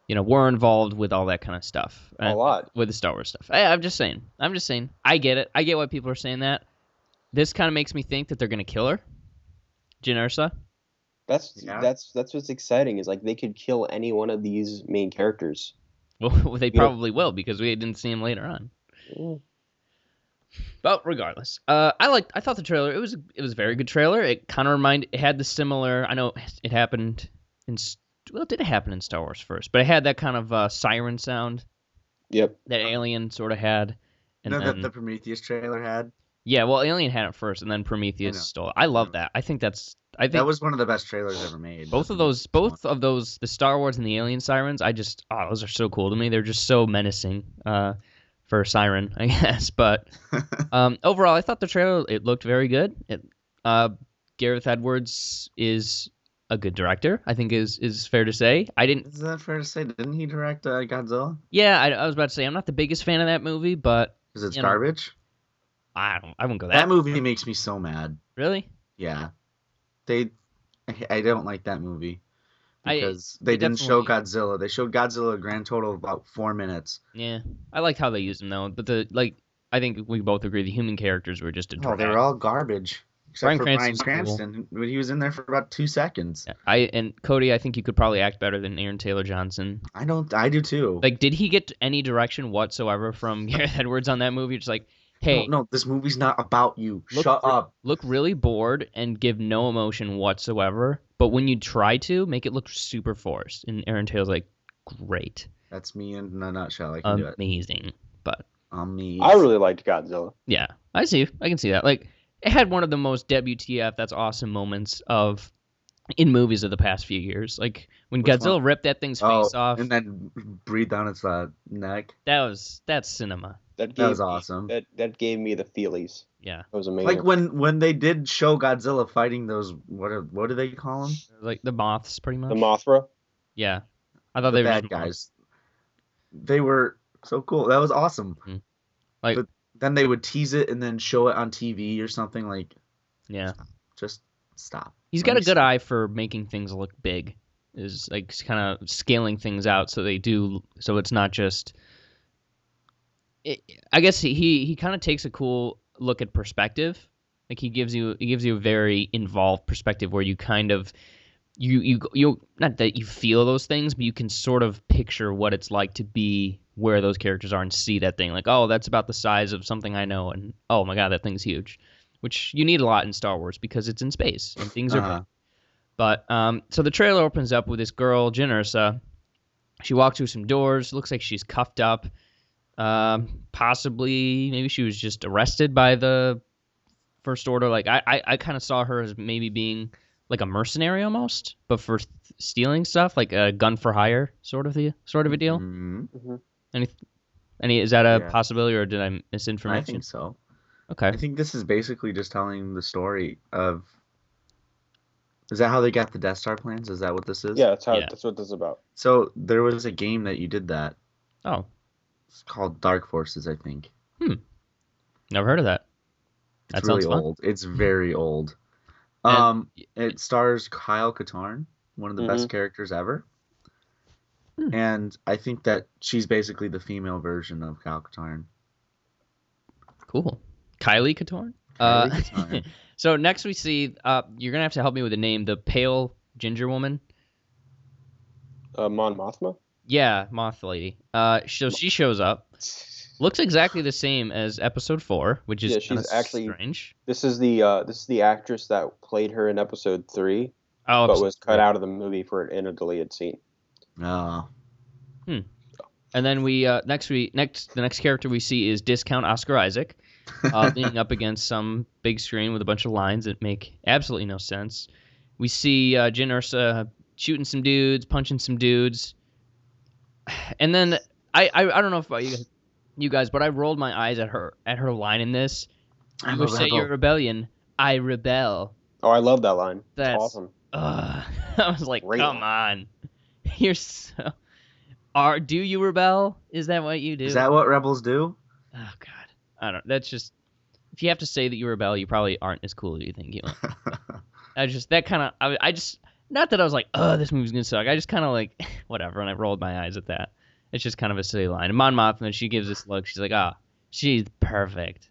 Speaker 2: you know, were involved with all that kind of stuff. Eh,
Speaker 4: A lot.
Speaker 2: with the Star Wars stuff. I, I'm just saying. I'm just saying. I get it. I get why people are saying that. This kind of makes me think that they're gonna kill her, Jyn Erso.
Speaker 4: That's
Speaker 3: Yeah.
Speaker 4: that's that's what's exciting is like they could kill any one of these main characters.
Speaker 2: Well, they
Speaker 4: Yeah.
Speaker 2: probably will because we didn't see him later on.
Speaker 4: Mm.
Speaker 2: But regardless, uh, I liked. I thought the trailer. It was it was a very good trailer. It kind of reminded. It had the similar. I know it happened in. S- Well, it did happen in Star Wars first, but it had that kind of uh, siren sound
Speaker 4: Yep.
Speaker 2: that Alien sort of had.
Speaker 3: You
Speaker 2: And
Speaker 3: know
Speaker 2: then,
Speaker 3: that the Prometheus trailer had?
Speaker 2: yeah, well, Alien had it first, and then Prometheus
Speaker 3: know. Mm.
Speaker 2: stole. It. I love that. I think that's. I think
Speaker 3: That was one of the best trailers ever made.
Speaker 2: both of those both of those the star wars and the alien sirens i just oh those are so cool to me they're just so menacing uh for a siren i guess but um overall i thought the trailer it looked very good it uh gareth edwards is a good director i think is is fair to say i didn't
Speaker 3: Is that fair to say? Didn't he direct uh, Godzilla?
Speaker 2: yeah i, I was about to say i'm not the biggest fan of that movie but
Speaker 3: Because it's
Speaker 2: You know,
Speaker 3: garbage.
Speaker 2: i don't i wouldn't go that,
Speaker 3: that, movie makes me so mad.
Speaker 2: really
Speaker 3: Yeah, they. I- I don't like that movie
Speaker 2: I-
Speaker 3: because they
Speaker 2: it
Speaker 3: didn't show
Speaker 2: definitely-
Speaker 3: Godzilla. They showed Godzilla a grand total of about four minutes.
Speaker 2: yeah i liked how they used him though but the like i think we both agree the human characters were just a
Speaker 3: Oh, they
Speaker 2: drag.
Speaker 3: were all garbage.
Speaker 2: Bryan
Speaker 3: Except for Bryan
Speaker 2: Cranston's cool.
Speaker 3: Cranston, but he was in there for about two seconds.
Speaker 2: I and Cody, I think you could probably act better than Aaron Taylor Johnson.
Speaker 3: I don't. I do too.
Speaker 2: Like, did he get any direction whatsoever from Gareth Edwards on that movie? Just like,
Speaker 3: No,
Speaker 2: hey,
Speaker 3: no, this movie's not about you.
Speaker 2: Look
Speaker 3: Shut
Speaker 2: for-
Speaker 3: up.
Speaker 2: look really bored and give no emotion whatsoever. But when you try to, make it look super forced. And Aaron Taylor's like, great,
Speaker 3: That's me in a nutshell. I can
Speaker 2: Um,
Speaker 3: do it.
Speaker 2: amazing. But
Speaker 3: I'm me.
Speaker 4: I really liked Godzilla.
Speaker 2: yeah, I see, I can see that. Like, it had one of the most WTF, that's awesome moments of in movies of the past few years. Like when
Speaker 3: Which
Speaker 2: Godzilla
Speaker 3: one?
Speaker 2: ripped that thing's
Speaker 3: oh,
Speaker 2: face off.
Speaker 3: and then breathe down its uh, neck.
Speaker 2: that was that's cinema.
Speaker 4: That,
Speaker 3: That was
Speaker 4: me-
Speaker 3: awesome.
Speaker 4: that that gave me the feelies.
Speaker 2: Yeah.
Speaker 4: That was amazing.
Speaker 3: Like when when they did show Godzilla fighting those what are what do they call them?
Speaker 2: like the moths pretty much
Speaker 4: the Mothra.
Speaker 2: yeah i thought
Speaker 3: The
Speaker 2: Oh, they were
Speaker 3: bad
Speaker 2: just moths.
Speaker 3: guys. They were so cool. That was awesome.
Speaker 2: Mhm. Like-
Speaker 3: but then they would tease it and then show it on TV or something. Like,
Speaker 2: yeah
Speaker 3: just stop.
Speaker 2: he's got a good
Speaker 3: Understand.
Speaker 2: eye for making things look big is like kind of scaling things out so they do so it's not just it, i guess he he, he kind of takes a cool look at perspective like he gives you he gives you a very involved perspective where you kind of you you you not that you feel those things but you can sort of picture what it's like to be where those characters are and see that thing like oh that's about the size of something i know and oh my god that thing's huge which you need a lot in star wars because it's in space and things are big.
Speaker 3: Uh-huh.
Speaker 2: But um, so the trailer opens up with this girl, Jyn Erso. She walks through some doors. Looks like she's cuffed up. Um, possibly, maybe she was just arrested by the First Order. Like I, I, I kind of saw her as maybe being like a mercenary almost, but for th- stealing stuff, like a gun for hire sort of the sort of a deal.
Speaker 3: Mhm.
Speaker 2: Any Any is that a
Speaker 3: Mm-hmm. Yeah.
Speaker 2: possibility, or did I
Speaker 3: I
Speaker 2: misinformation?
Speaker 3: think so.
Speaker 2: Okay.
Speaker 3: I think this is basically just telling the story of. Is that how they got the Death Star plans? Is that what this is?
Speaker 4: Yeah, that's how
Speaker 2: Yeah.
Speaker 4: that's what this is about.
Speaker 3: So there was a game that you did that.
Speaker 2: Oh,
Speaker 3: It's called Dark Forces, I think.
Speaker 2: never heard of that.
Speaker 3: It's
Speaker 2: That sounds
Speaker 3: really
Speaker 2: fun. Mm-hmm.
Speaker 3: old. It's very old.
Speaker 2: And-
Speaker 3: Um, it stars Kyle Katarn, one of the
Speaker 2: Mm-hmm.
Speaker 3: best characters ever.
Speaker 2: Hmm.
Speaker 3: And I think that she's basically the female version of Kyle Katarn.
Speaker 2: Cool. Kylie Katorn.
Speaker 3: Kylie
Speaker 2: Uh,
Speaker 3: Katarn.
Speaker 2: so next we see. Uh, you're gonna have to help me with the name. The pale ginger woman.
Speaker 4: Uh, Mon Mothma.
Speaker 2: Yeah, moth lady. Uh, so she shows up. Looks exactly the same as episode four, which is
Speaker 4: Yeah, she's
Speaker 2: kinda
Speaker 4: actually-
Speaker 2: strange.
Speaker 4: This is the uh, this is the actress that played her in episode three,
Speaker 2: Oh,
Speaker 4: but was cut out of the movie for an in a deleted scene.
Speaker 3: Oh,
Speaker 2: And then we uh, next we next the next character we see is discount Oscar Isaac, uh, leaning up against some big screen with a bunch of lines that make absolutely no sense. We see uh, Jin Ursa shooting some dudes, punching some dudes, and then I, I I don't know if about you guys, you guys, but I rolled my eyes at her at her line in this.
Speaker 3: I'm
Speaker 2: you
Speaker 3: a
Speaker 2: say
Speaker 3: rebel.
Speaker 2: your rebellion, I rebel.
Speaker 4: Oh, I love that line.
Speaker 2: That's
Speaker 4: awesome.
Speaker 2: Ugh. I was like,
Speaker 4: Great
Speaker 2: come on, you're so. Are do you rebel? Is that what you do?
Speaker 3: Is that what rebels do?
Speaker 2: Oh God, I don't. That's just if you have to say that you rebel, you probably aren't as cool as you think you are. I just that kind of I, I just not that I was like, oh, this movie's gonna suck. I just kind of like whatever, and I rolled my eyes at that. It's just kind of a silly line. And Mon Mothma, she gives this look. She's like, ah, she's perfect.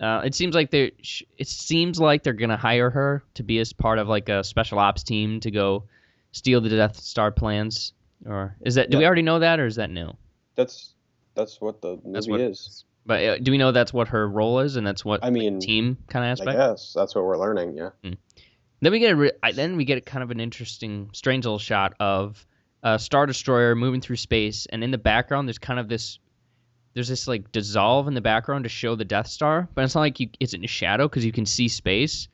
Speaker 2: Uh, it seems like they. sh- It seems like they're gonna hire her to be as part of like a special ops team to go steal the Death Star plans. Or is that? Do we
Speaker 4: Yeah.
Speaker 2: already know that, or is that new?
Speaker 4: That's that's what the movie
Speaker 2: That's what-
Speaker 4: is.
Speaker 2: But uh, do we know that's what her role is, and that's what
Speaker 4: I mean,
Speaker 2: team kind of
Speaker 4: I
Speaker 2: aspect.
Speaker 4: guess that's what we're learning. Yeah.
Speaker 2: Then we get a re- I- then we get kind of an interesting, strange little shot of a star destroyer moving through space, and in the background there's kind of this there's this like dissolve in the background to show the Death Star, but it's not like you it's in shadow because you can see space.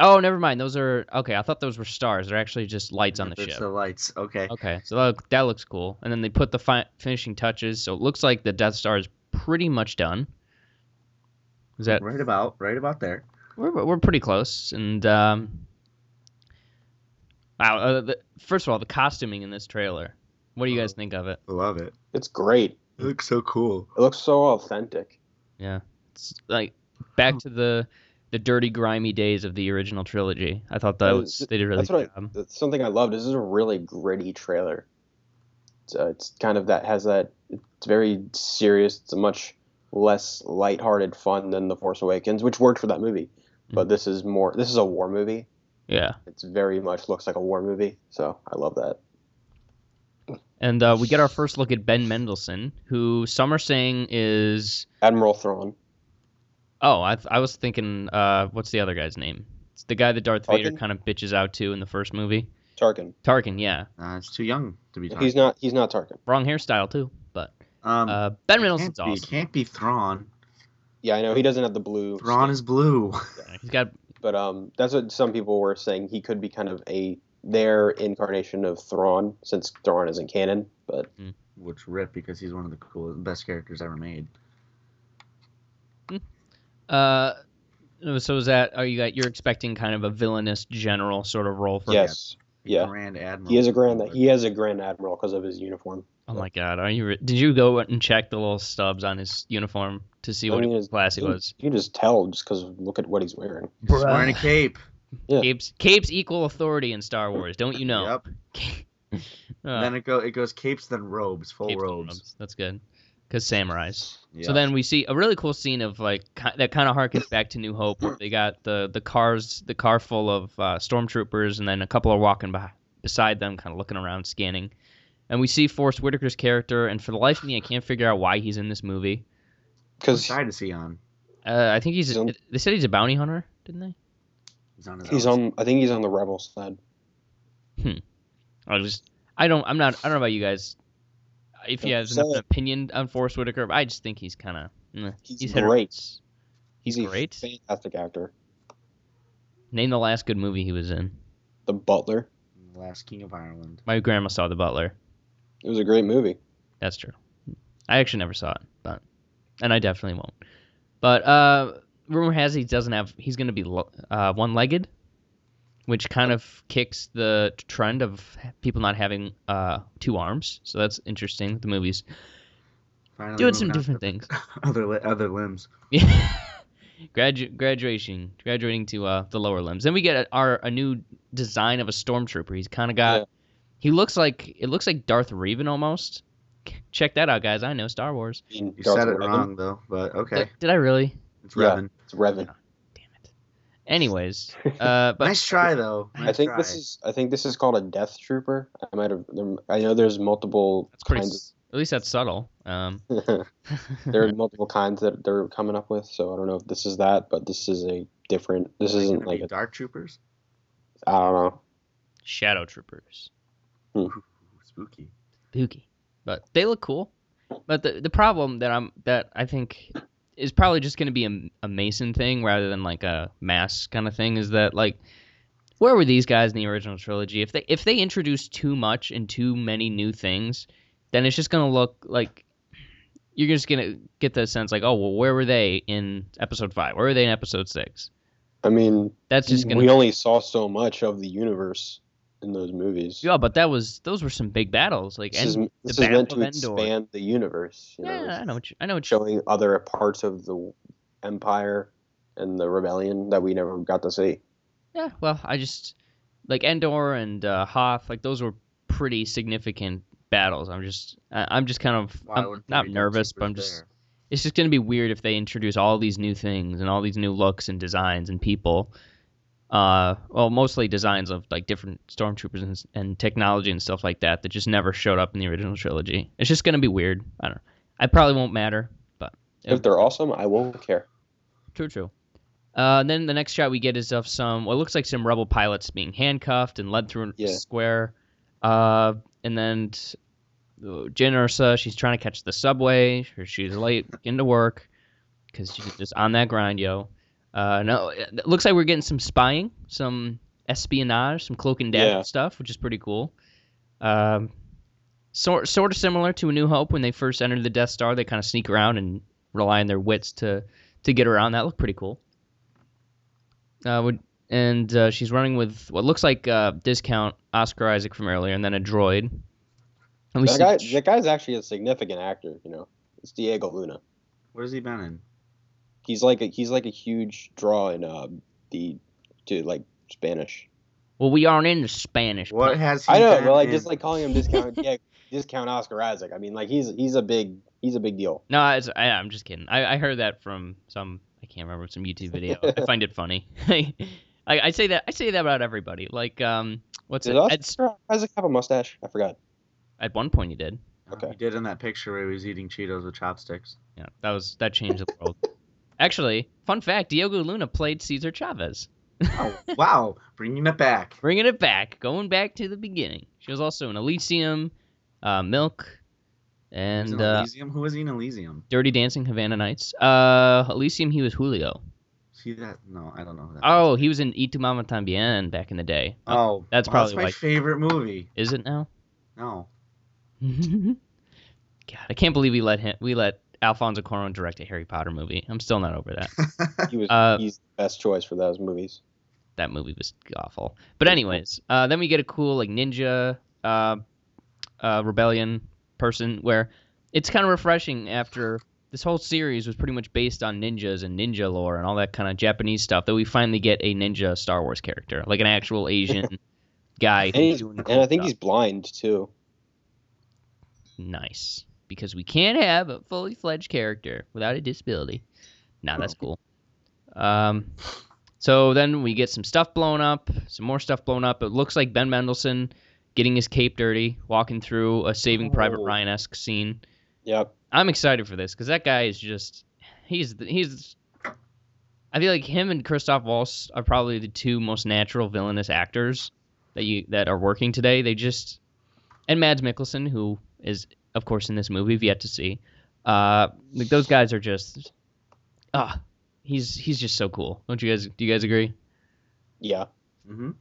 Speaker 2: Oh, never mind. Those are okay. I thought those were stars. They're actually just lights on the
Speaker 3: it's
Speaker 2: ship.
Speaker 3: the lights. Okay.
Speaker 2: Okay, so that, look- that looks cool. And then they put the fi- finishing touches, so it looks like the Death Star is pretty much done. Is that
Speaker 3: Right about, right about there.
Speaker 2: we're we're pretty close, and um, wow. Uh, the, first of all, the costuming in this trailer. What do you guys think of it?
Speaker 3: I love it.
Speaker 4: It's great.
Speaker 3: It looks so cool.
Speaker 4: It looks so authentic.
Speaker 2: It's like back to the the dirty, grimy days of the original trilogy. I thought that
Speaker 4: Uh,
Speaker 2: was they did a really
Speaker 4: That's
Speaker 2: good
Speaker 4: what I,
Speaker 2: job.
Speaker 4: that's something I loved. This is a really gritty trailer. It's, uh, it's kind of that has that. It's very serious. It's a much less lighthearted fun than The Force Awakens, which worked for that movie. But this is more. This is a war movie.
Speaker 2: Yeah,
Speaker 4: It's very much looks like a war movie. So I love that.
Speaker 2: and uh, we get our first look at Ben Mendelsohn, who some are saying is
Speaker 4: Admiral Thrawn.
Speaker 2: oh, I th- I was thinking uh, what's the other guy's name? It's the guy that Darth Vader
Speaker 4: Tarkin?
Speaker 2: kind of bitches out to in the first movie.
Speaker 4: Tarkin.
Speaker 2: Tarkin, yeah,
Speaker 3: Uh, it's too young to be talking.
Speaker 4: He's not. He's not Tarkin.
Speaker 2: wrong hairstyle too, but
Speaker 3: Um,
Speaker 2: uh, Ben
Speaker 3: it
Speaker 2: Mendelsohn's
Speaker 3: can't be,
Speaker 2: awesome.
Speaker 3: can't be Thrawn.
Speaker 4: Yeah, I know he doesn't have the blue.
Speaker 3: Thrawn
Speaker 4: skin,
Speaker 3: is blue.
Speaker 2: He's got
Speaker 4: But um, that's what some people were saying. He could be kind of a their incarnation of Thrawn, since Thrawn isn't canon. But
Speaker 3: Which rip because he's one of the coolest, best characters ever made.
Speaker 2: Uh, so is that are you got you're expecting kind of a villainous general sort of role for?
Speaker 4: yes,
Speaker 3: A
Speaker 4: Yeah.
Speaker 3: Grand Admiral.
Speaker 4: he is a grand. He is a grand admiral because of his uniform.
Speaker 2: Oh my God, are you? Re- Did you go and check the little stubs on his uniform to see
Speaker 4: I
Speaker 2: what
Speaker 4: mean, it's-
Speaker 2: class he
Speaker 4: you-
Speaker 2: was?
Speaker 4: You can just tell just because look at what he's wearing.
Speaker 3: He's wearing a cape.
Speaker 4: yeah.
Speaker 2: Capes, capes equal authority in Star Wars, don't you know?
Speaker 3: Yep.
Speaker 2: Uh,
Speaker 3: then it go it goes capes then robes, full
Speaker 2: capes and
Speaker 3: robes.
Speaker 2: robes, That's good, because samurais.
Speaker 3: Yeah.
Speaker 2: So then we see a really cool scene of like ki- that kind of harkens back to New Hope, where they got the the cars, the car full of uh, stormtroopers, and then a couple are walking by beside them, kind of looking around, scanning. And we see Forrest Whitaker's character, and for the life of me, I can't figure out why he's in this movie.
Speaker 3: What
Speaker 4: Because
Speaker 3: side is he on?
Speaker 2: Uh, I think he's.
Speaker 4: He's on-
Speaker 2: They said he's a bounty hunter, didn't they?
Speaker 3: He's on his
Speaker 4: he's
Speaker 3: own.
Speaker 4: on. I think he's on the rebel side.
Speaker 2: I just, I don't, I'm not, I don't know about you guys. If you
Speaker 4: Yeah,
Speaker 2: have
Speaker 4: so-
Speaker 2: an opinion on Forrest Whitaker, but I just think he's kind of.
Speaker 4: He's,
Speaker 2: He's hit or
Speaker 4: great.
Speaker 2: miss.
Speaker 4: He's, a
Speaker 2: great?
Speaker 4: Fantastic actor.
Speaker 2: Name the last good movie he was in.
Speaker 4: The Butler.
Speaker 3: The last king of Ireland.
Speaker 2: My grandma saw The Butler.
Speaker 4: It was a great movie.
Speaker 2: That's true. I actually never saw it, but and I definitely won't. But uh, rumor has it he doesn't have. He's going to be lo- uh, one-legged, which kind of kicks the trend of people not having uh, two arms. So that's interesting. The movies
Speaker 3: Finally
Speaker 2: doing some different
Speaker 3: moving on
Speaker 2: things.
Speaker 3: to Other li- other limbs.
Speaker 2: Gradu- graduation, graduating to uh, the lower limbs. Then we get a, our a new design of a stormtrooper. He's kind of got.
Speaker 4: Yeah.
Speaker 2: He looks like it looks like Darth Revan almost. Check that out, guys. I know Star Wars.
Speaker 4: You
Speaker 3: You said it wrong though, but okay,
Speaker 2: Did, did I really?
Speaker 3: it's
Speaker 4: Yeah.
Speaker 3: Revan.
Speaker 4: It's Revan.
Speaker 2: Damn it. Anyways, uh, but
Speaker 3: nice try though.
Speaker 4: I think this is I think this is called a Death Trooper. I might have. there- I know there's multiple
Speaker 2: that's pretty.
Speaker 4: kinds.
Speaker 2: s At least that's subtle. Um,
Speaker 4: Of, there are multiple kinds that they're coming up with. So I don't know if this is that, but this is a different. This isn't like a,
Speaker 3: dark troopers.
Speaker 4: I don't know.
Speaker 2: Shadow Troopers,
Speaker 3: Ooh, Spooky.
Speaker 2: Pookie. But they look cool. But the the problem that I'm that I think is probably just going to be a, a Mason thing rather than like a mass kind of thing is that like where were these guys in the original trilogy? If they if they introduce too much and too many new things, then it's just going to look like you're just going to get the sense like oh well where were they in episode 5? Where were they in episode 6?
Speaker 4: I mean,
Speaker 2: That's just going to
Speaker 4: we only saw so much of the universe in those movies.
Speaker 2: Yeah, but that was those were some big battles. Like
Speaker 4: this is,
Speaker 2: and
Speaker 4: this
Speaker 2: the
Speaker 4: is
Speaker 2: Battle
Speaker 4: meant to
Speaker 2: of Endor.
Speaker 4: expand the universe. You know,
Speaker 2: yeah, I know what you, I know what you,
Speaker 4: showing other parts of the empire and the rebellion that we never got to see.
Speaker 2: Yeah, well, I just like Endor and uh, Hoth. Like those were pretty significant battles. I'm just I, I'm just kind of
Speaker 3: Why
Speaker 2: I'm
Speaker 3: wouldn't there
Speaker 2: not
Speaker 3: be dark
Speaker 2: nervous, but
Speaker 3: troopers
Speaker 2: I'm just
Speaker 3: there?
Speaker 2: it's just gonna be weird if they introduce all these new things and all these new looks and designs and people. Uh, well, mostly designs of like different stormtroopers and, and technology and stuff like that that just never showed up in the original trilogy. It's just gonna be weird. I don't. know. I probably won't matter, but
Speaker 4: If they're awesome, I won't care.
Speaker 2: True, true. Uh, and then the next shot we get is of some what looks like some rebel pilots being handcuffed and led through a
Speaker 4: Yeah.
Speaker 2: square. Uh, and then t- uh, Jin Ursa, she's trying to catch the subway, or she's late into work because she's just on that grind, yo. Uh, no, it it looks like we're getting some spying, some espionage, some cloak and dagger
Speaker 4: Yeah.
Speaker 2: stuff, which is pretty cool. Um, sort sort of similar to A New Hope when they first entered the Death Star, they kind of sneak around and rely on their wits to to get around. That looked pretty cool. Uh, would and uh, she's running with what looks like uh, discount Oscar Isaac from earlier, and then a droid. And we
Speaker 4: That
Speaker 2: see
Speaker 4: guy, that guy's actually a significant actor. You know, it's Diego Luna.
Speaker 3: Where's he been in?
Speaker 4: He's like a, he's like a huge draw in uh, the to like Spanish.
Speaker 2: well, we aren't into Spanish.
Speaker 3: What
Speaker 2: but-
Speaker 3: has he?
Speaker 4: I know,
Speaker 3: been
Speaker 4: but like
Speaker 3: in?
Speaker 4: just like calling him discount, yeah, discount Oscar Isaac. I mean, like he's he's a big he's a big deal.
Speaker 2: No, it's, I, I'm just kidding. I, I heard that from some I can't remember some YouTube video. I find it funny. I, I say that I say that about everybody. Like um, what's
Speaker 4: Did
Speaker 2: it? Ed, S-
Speaker 4: Oscar Isaac have a mustache? I forgot.
Speaker 2: at one point you did.
Speaker 4: okay.
Speaker 3: He did in that picture where he was eating Cheetos with chopsticks.
Speaker 2: Yeah, that was that changed the world. Actually, fun fact: Diego Luna played Cesar Chavez.
Speaker 3: Oh, wow, bringing it back.
Speaker 2: bringing it back, going back to the beginning. She was also in Elysium, uh, Milk,
Speaker 3: He's
Speaker 2: and
Speaker 3: in
Speaker 2: uh,
Speaker 3: Elysium. Who was he in Elysium?
Speaker 2: Dirty Dancing Havana Nights. Uh, Elysium, he was Julio.
Speaker 3: See that? No, I don't know. Who that
Speaker 2: Oh,
Speaker 3: is.
Speaker 2: he was in Y Tu Mama Tambien back in the day. Uh,
Speaker 3: Oh,
Speaker 2: that's
Speaker 3: wow,
Speaker 2: probably
Speaker 3: my
Speaker 2: why-
Speaker 3: favorite movie.
Speaker 2: Is it now?
Speaker 3: No,
Speaker 2: God, I can't believe we let him. We let Alfonso Cuarón direct a Harry Potter movie. I'm still not over that.
Speaker 4: He was
Speaker 2: Uh,
Speaker 4: he's the best choice for those movies.
Speaker 2: that movie was awful. But anyways, uh, then we get a cool like ninja uh, uh, rebellion person where it's kind of refreshing after this whole series was pretty much based on ninjas and ninja lore and all that kind of Japanese stuff that we finally get a ninja Star Wars character, like an actual Asian guy.
Speaker 4: And, he's,
Speaker 2: who's doing
Speaker 4: and
Speaker 2: cool
Speaker 4: I think
Speaker 2: stuff.
Speaker 4: he's blind too.
Speaker 2: nice because we can't have a fully fledged character without a disability. Nah, that's cool. Um, so then we get some stuff blown up, some more stuff blown up. It looks like Ben Mendelsohn getting his cape dirty, walking through a Saving Private
Speaker 4: Oh.
Speaker 2: Ryan esque scene.
Speaker 4: Yep.
Speaker 2: I'm excited for this because that guy is just he's the, he's. I feel like him and Christoph Waltz are probably the two most natural villainous actors that you that are working today. They just and Mads Mikkelsen, who is of course in this movie, we've yet to see. Uh, like those guys are just ah, he's he's just so cool. Don't you guys? Do you guys agree?
Speaker 4: Yeah.
Speaker 3: hmm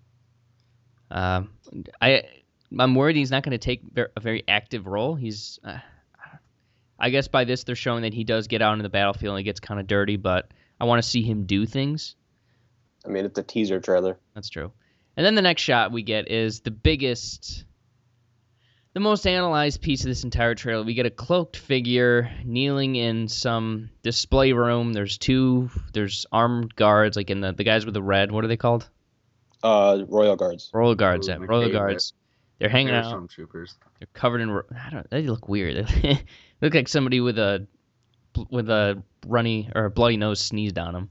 Speaker 2: Um, I I'm worried he's not going to take ver- a very active role. He's uh, I guess by this they're showing that he does get out into the battlefield and it gets kind of dirty, but I want to see him do things.
Speaker 4: I mean, it's a teaser trailer.
Speaker 2: That's true. And then the next shot we get is the biggest, the most analyzed piece of this entire trailer. We get a cloaked figure kneeling in some display room. There's two, there's armed guards, like in the, the guys with the red, what are they called?
Speaker 4: Uh, Royal Guards.
Speaker 2: Royal guards,
Speaker 3: Ooh,
Speaker 2: yeah,
Speaker 3: my
Speaker 2: royal
Speaker 3: favorite.
Speaker 2: guards. They're hanging
Speaker 3: They're
Speaker 2: out.
Speaker 3: stormtroopers.
Speaker 2: They're covered in. ro- I don't. They look weird. They look like somebody with a with a runny or a bloody nose sneezed on them.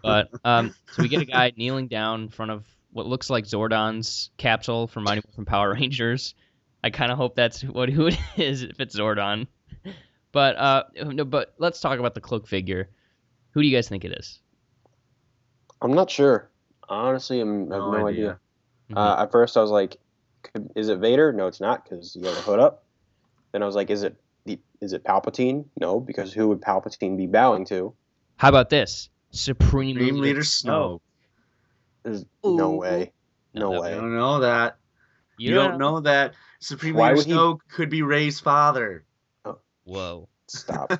Speaker 2: But um, so we get a guy kneeling down in front of what looks like Zordon's capsule from Mighty Morphin Power Rangers. I kind of hope that's what who it is if it's Zordon. But uh, no. But let's talk about the cloak figure. Who do you guys think it is?
Speaker 4: I'm not sure. Honestly, I'm, I have
Speaker 3: No
Speaker 4: no,
Speaker 3: idea.
Speaker 4: idea. Uh, at first, I was like, could, "Is it Vader?" No, it's not because he has a hood up. Then I was like, "Is it the- is it Palpatine?" No, because who would Palpatine be bowing to?
Speaker 2: How about this? Supreme,
Speaker 3: Dream Leader Snow.
Speaker 4: There's
Speaker 2: Ooh.
Speaker 4: no way. No,
Speaker 2: No,
Speaker 3: I
Speaker 4: way.
Speaker 3: don't know that. You, don't know that Supreme
Speaker 4: Why
Speaker 3: Leader
Speaker 4: would he-
Speaker 3: Snow could be Ray's father.
Speaker 2: Whoa.
Speaker 4: Stop.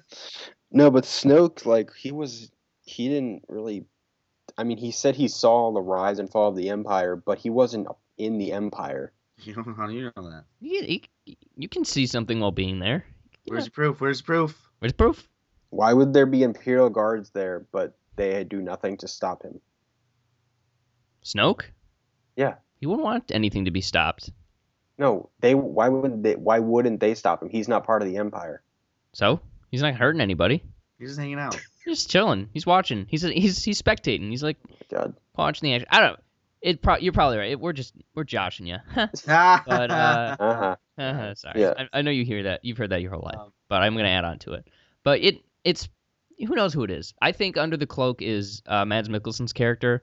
Speaker 4: no, but Snoke, like he was, he didn't really. I mean, he said he saw the rise and fall of the Empire, but he wasn't in the Empire.
Speaker 3: You don't know how do you know that.
Speaker 2: You, you, you can see something while being there.
Speaker 3: Where's the proof? Where's the proof?
Speaker 2: Where's proof?
Speaker 4: Why would there be Imperial guards there, but they do nothing to stop him?
Speaker 2: Snoke?
Speaker 4: Yeah.
Speaker 2: He wouldn't want anything to be stopped.
Speaker 4: No, they. Why wouldn't they? Why wouldn't they stop him? He's not part of the Empire.
Speaker 2: So he's not hurting anybody.
Speaker 3: He's just hanging out.
Speaker 2: He's just chilling. He's watching. He's he's he's spectating. He's like
Speaker 4: God.
Speaker 2: watching the action. I don't. It pro- you're probably right. It- we're just we're joshing you. but uh,
Speaker 4: Uh huh.
Speaker 2: sorry.
Speaker 4: Yeah.
Speaker 2: I, I know you hear that. You've heard that your whole life.
Speaker 3: Um,
Speaker 2: but I'm gonna add on to it. But it it's who knows who it is. I think under the cloak is uh, Mads Mikkelsen's character.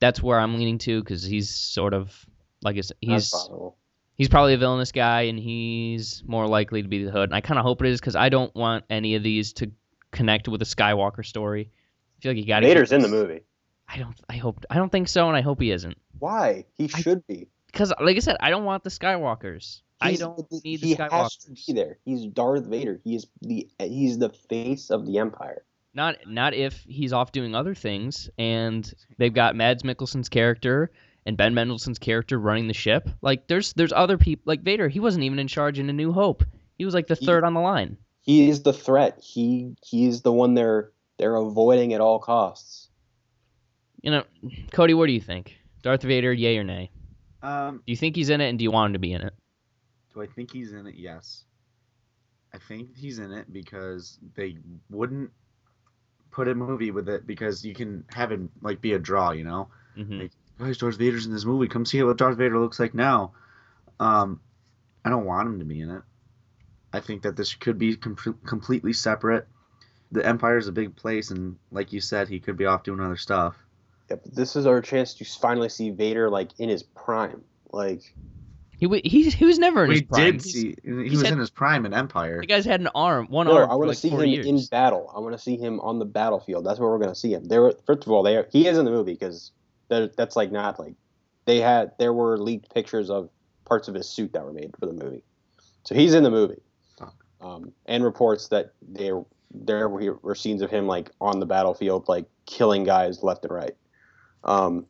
Speaker 2: That's where I'm leaning to because he's sort of like I said,
Speaker 4: That's
Speaker 2: he's
Speaker 4: possible.
Speaker 2: he's probably a villainous guy and he's more likely to be the hood. And I kind of hope it is because I don't want any of these to connect with a Skywalker story. I feel like you got
Speaker 4: Vader's in the movie.
Speaker 2: I don't. I hope. I don't think so, and I hope he isn't.
Speaker 4: Why? He
Speaker 2: I-
Speaker 4: should be.
Speaker 2: Because, like I said, I don't want the Skywalkers. I
Speaker 4: He's-
Speaker 2: don't
Speaker 4: th-
Speaker 2: need
Speaker 4: he
Speaker 2: the
Speaker 4: has to be
Speaker 2: Skywalkers.
Speaker 4: there. He's Darth Vader. He is the he's the face of the Empire.
Speaker 2: Not not if he's off doing other things, and they've got Mads Mikkelsen's character and Ben Mendelsohn's character running the ship. Like there's there's other people. Like Vader, he wasn't even in charge in A New Hope. He was like the
Speaker 4: He-
Speaker 2: third on the line.
Speaker 4: He is the threat. He he is the one they're they're avoiding at all costs.
Speaker 2: You know, Cody, what do you think? Darth Vader, yay or nay?
Speaker 3: um,
Speaker 2: Do you think he's in it, and do you want him to be in it?
Speaker 3: do I think he's in it? Yes. I think he's in it because they wouldn't put a movie with it because you can have him like be a draw, you know?
Speaker 4: Mm-hmm.
Speaker 2: hmm
Speaker 3: Guys, Darth Vader's in this movie. Come see what Darth Vader looks like now. Um, I don't want him to be in it. I think that this could be com- completely separate. The Empire's a big place, and like you said, he could be off doing other stuff.
Speaker 4: Yep, this is our chance to finally see Vader like in his prime. Like
Speaker 2: He, wa- he he was never in
Speaker 3: we
Speaker 2: his prime.
Speaker 3: did
Speaker 2: He's-
Speaker 3: see he
Speaker 2: he's
Speaker 3: was
Speaker 2: had-
Speaker 3: in his prime in Empire.
Speaker 2: The guy's had an arm, one
Speaker 4: no,
Speaker 2: arm.
Speaker 4: I
Speaker 2: for
Speaker 4: want
Speaker 2: like
Speaker 4: to see
Speaker 2: 40
Speaker 4: him
Speaker 2: years.
Speaker 4: in battle. I want to see him on the battlefield. That's where we're going to see him. There, were- first of all, they he is in the movie because that's like not like they had. There were leaked pictures of parts of his suit that were made for the movie, so he's in the movie. Um, and reports that there there were, were scenes of him like on the battlefield, like killing guys left and right. Um,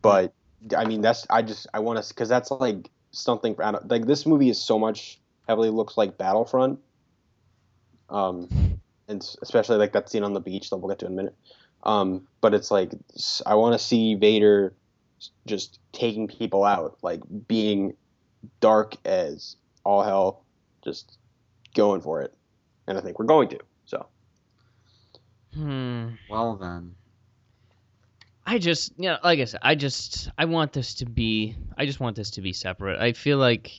Speaker 4: but I mean, that's I just I want to because that's like something I don't- like this movie is so much heavily looks like Battlefront. Um, and s- especially like that scene on the beach that we'll get to in a minute. Um, but it's like s- I want to see Vader s- just taking people out, like being dark as all hell, just going for it, and I think we're going to. So
Speaker 2: Hmm.
Speaker 3: Well then,
Speaker 2: I just, you know, like I said, I just, I want this to be, I just want this to be separate. I feel like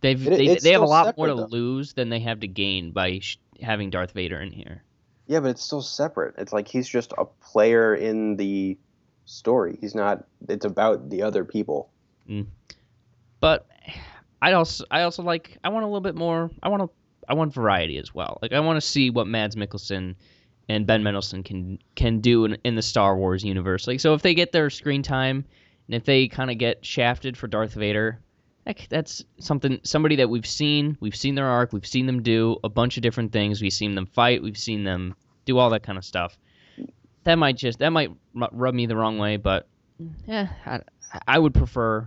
Speaker 2: they've,
Speaker 4: It-
Speaker 2: they,
Speaker 4: it's
Speaker 2: they have a
Speaker 4: still
Speaker 2: lot more to
Speaker 4: separate, though.
Speaker 2: lose than they have to gain by sh- having Darth Vader in here.
Speaker 4: yeah, but it's still separate. It's like he's just a player in the story. He's not. It's about the other people.
Speaker 2: But I also, I also like, I want a little bit more. I want to, I want variety as well. Like I want to see what Mads Mikkelsen and Ben Mendelsohn can can do in, in the Star Wars universe. Like so, if they get their screen time and if they kind of get shafted for Darth Vader, Heck, that's something somebody that we've seen. We've seen their arc. We've seen them do a bunch of different things. We've seen them fight. We've seen them do all that kind of stuff. That might just that might ru- rub me the wrong way, but yeah, I, I would prefer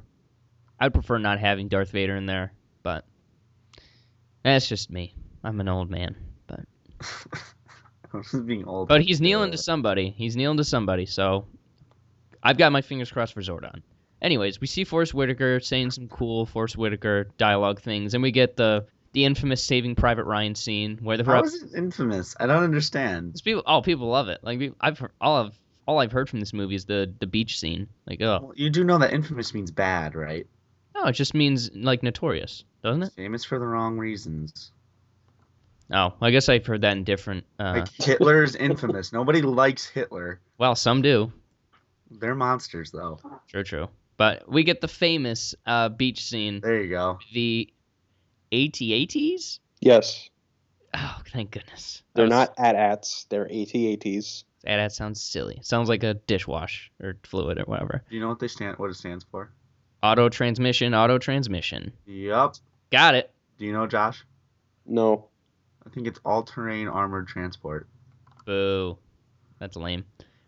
Speaker 2: I'd prefer not having Darth Vader in there. But that's just me. I'm an old man, but
Speaker 3: I'm just being old.
Speaker 2: but he's kneeling to somebody. He's kneeling to somebody. So I've got my fingers crossed for Zordon. Anyways, we see Forrest Whitaker saying some cool Forrest Whitaker dialogue things, and we get the the infamous Saving Private Ryan scene where the
Speaker 3: How is it infamous? I don't understand.
Speaker 2: it's people all people love it. Like we- I've heard, all I've all I've heard from this movie is the the beach scene. Like oh
Speaker 3: Well, you do know that infamous means bad, right?
Speaker 2: no, it just means like notorious, doesn't it?
Speaker 3: It's famous for the wrong reasons.
Speaker 2: Oh, I guess I've heard that in different. Uh,
Speaker 3: Like Hitler is infamous. Nobody likes Hitler.
Speaker 2: well, some do.
Speaker 3: They're monsters, though.
Speaker 2: True, true. But we get the famous uh, beach scene.
Speaker 3: There you go.
Speaker 2: The AT-ATs?
Speaker 4: Yes,
Speaker 2: Oh, thank goodness. I
Speaker 4: they're
Speaker 2: was-
Speaker 4: not at ats. They're ATATs.
Speaker 2: That, that sounds silly. Sounds like a dishwash or fluid or whatever.
Speaker 3: Do you know what they stand? What it stands for?
Speaker 2: Auto transmission, auto transmission.
Speaker 3: Yup.
Speaker 2: Got it.
Speaker 3: Do you know, Josh?
Speaker 4: No,
Speaker 3: I think it's all-terrain armored transport.
Speaker 2: Boo. That's lame.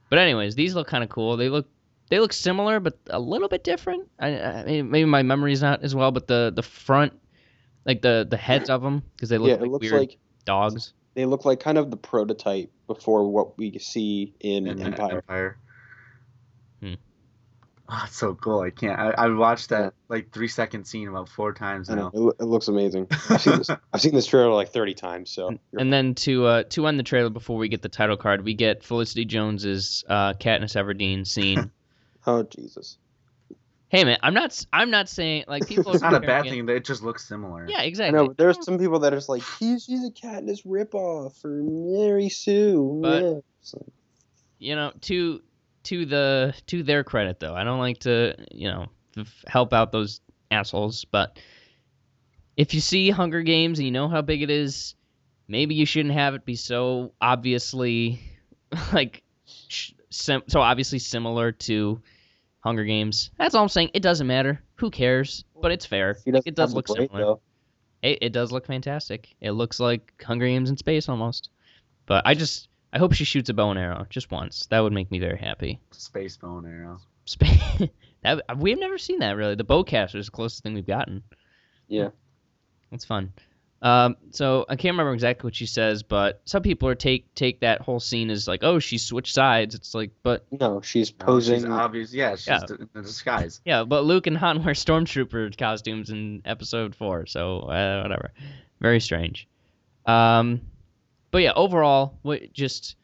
Speaker 2: But anyways, these look kind of cool. They look they look similar, but a little bit different. I, I mean, maybe my memory's not as well, but the the front, like the the heads of them, because they look
Speaker 4: yeah, it
Speaker 2: like
Speaker 4: looks
Speaker 2: weird
Speaker 4: like
Speaker 2: dogs.
Speaker 4: they look like kind of the prototype before what we see in
Speaker 3: in uh,
Speaker 4: Empire.
Speaker 3: Empire.
Speaker 2: Hmm.
Speaker 3: Oh, it's so cool. I can't. I, I watched that like three second scene about four times
Speaker 4: I know,
Speaker 3: now.
Speaker 4: It, loo- it looks amazing. I've seen, this, I've seen this trailer like 30 times, so you're
Speaker 2: And then to uh, to end the trailer before we get the title card, we get Felicity Jones's uh, Katniss Everdeen scene.
Speaker 4: Oh Jesus!
Speaker 2: hey man, I'm not s- I'm not saying like people. are
Speaker 3: It's not a
Speaker 2: comparing
Speaker 3: bad
Speaker 2: it-
Speaker 3: thing. but It just looks similar.
Speaker 2: Yeah,
Speaker 4: I
Speaker 2: exactly.
Speaker 4: know but there's some people that are just like he's she's a Katniss ripoff or Mary Sue.
Speaker 2: But-
Speaker 4: yeah. It's like,
Speaker 2: you know to to the to their credit though i don't like to you know f- help out those assholes but if you see hunger games and you know how big it is maybe you shouldn't have it be so obviously like sh- sim- so obviously similar to hunger games that's all i'm saying it doesn't matter who cares but it's fair
Speaker 4: he doesn't
Speaker 2: it does
Speaker 4: have the
Speaker 2: look
Speaker 4: brain,
Speaker 2: similar
Speaker 4: though.
Speaker 2: it, it does look fantastic. It looks like Hunger Games in space almost. But I just I hope she shoots a bow and arrow just once. That would make me very happy.
Speaker 3: Space bow and arrow.
Speaker 2: Spa- that we've never seen that really. The bowcaster is the closest thing we've gotten.
Speaker 4: Yeah.
Speaker 2: That's fun. Um, so I can't remember exactly what she says, but some people are take take that whole scene as like, oh, she switched sides. It's like, but
Speaker 4: No,
Speaker 3: No, she's
Speaker 4: she's posing.
Speaker 3: obvious. Yeah, she's
Speaker 2: Yeah.
Speaker 3: in the disguise.
Speaker 2: yeah, but Luke and Han wear stormtrooper costumes in episode four, so uh, whatever. Very strange. Um, but yeah, overall, what just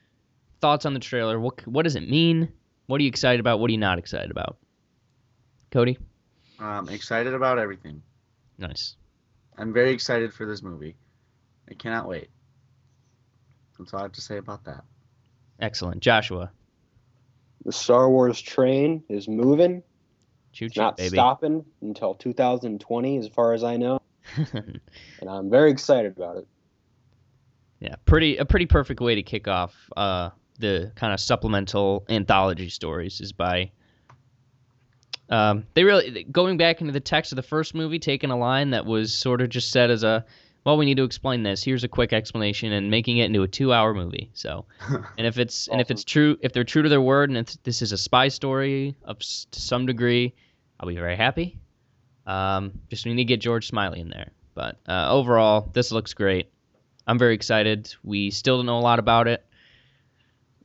Speaker 2: thoughts on the trailer? What c- what does it mean? What are you excited about? What are you not excited about? Cody,
Speaker 3: Um, excited about everything.
Speaker 2: nice.
Speaker 3: I'm very excited for this movie. I cannot wait. That's all I have to say about that.
Speaker 2: Excellent. Joshua,
Speaker 4: the Star Wars train is moving,
Speaker 2: choo choo,
Speaker 4: not
Speaker 2: baby.
Speaker 4: stopping until 2020, as far as I know, and I'm very excited about it.
Speaker 2: yeah, pretty a pretty perfect way to kick off uh, the kind of supplemental anthology stories is by um, they really going back into the text of the first movie, taking a line that was sort of just said as a well, we need to explain this. Here's a quick explanation, and making it into a two-hour movie. So, and if it's and if it's true, if they're true to their word, and if this is a spy story of s- to some degree, I'll be very happy. Um, just we need to get George Smiley in there. But uh, overall, this looks great. I'm very excited. We still don't know a lot about it,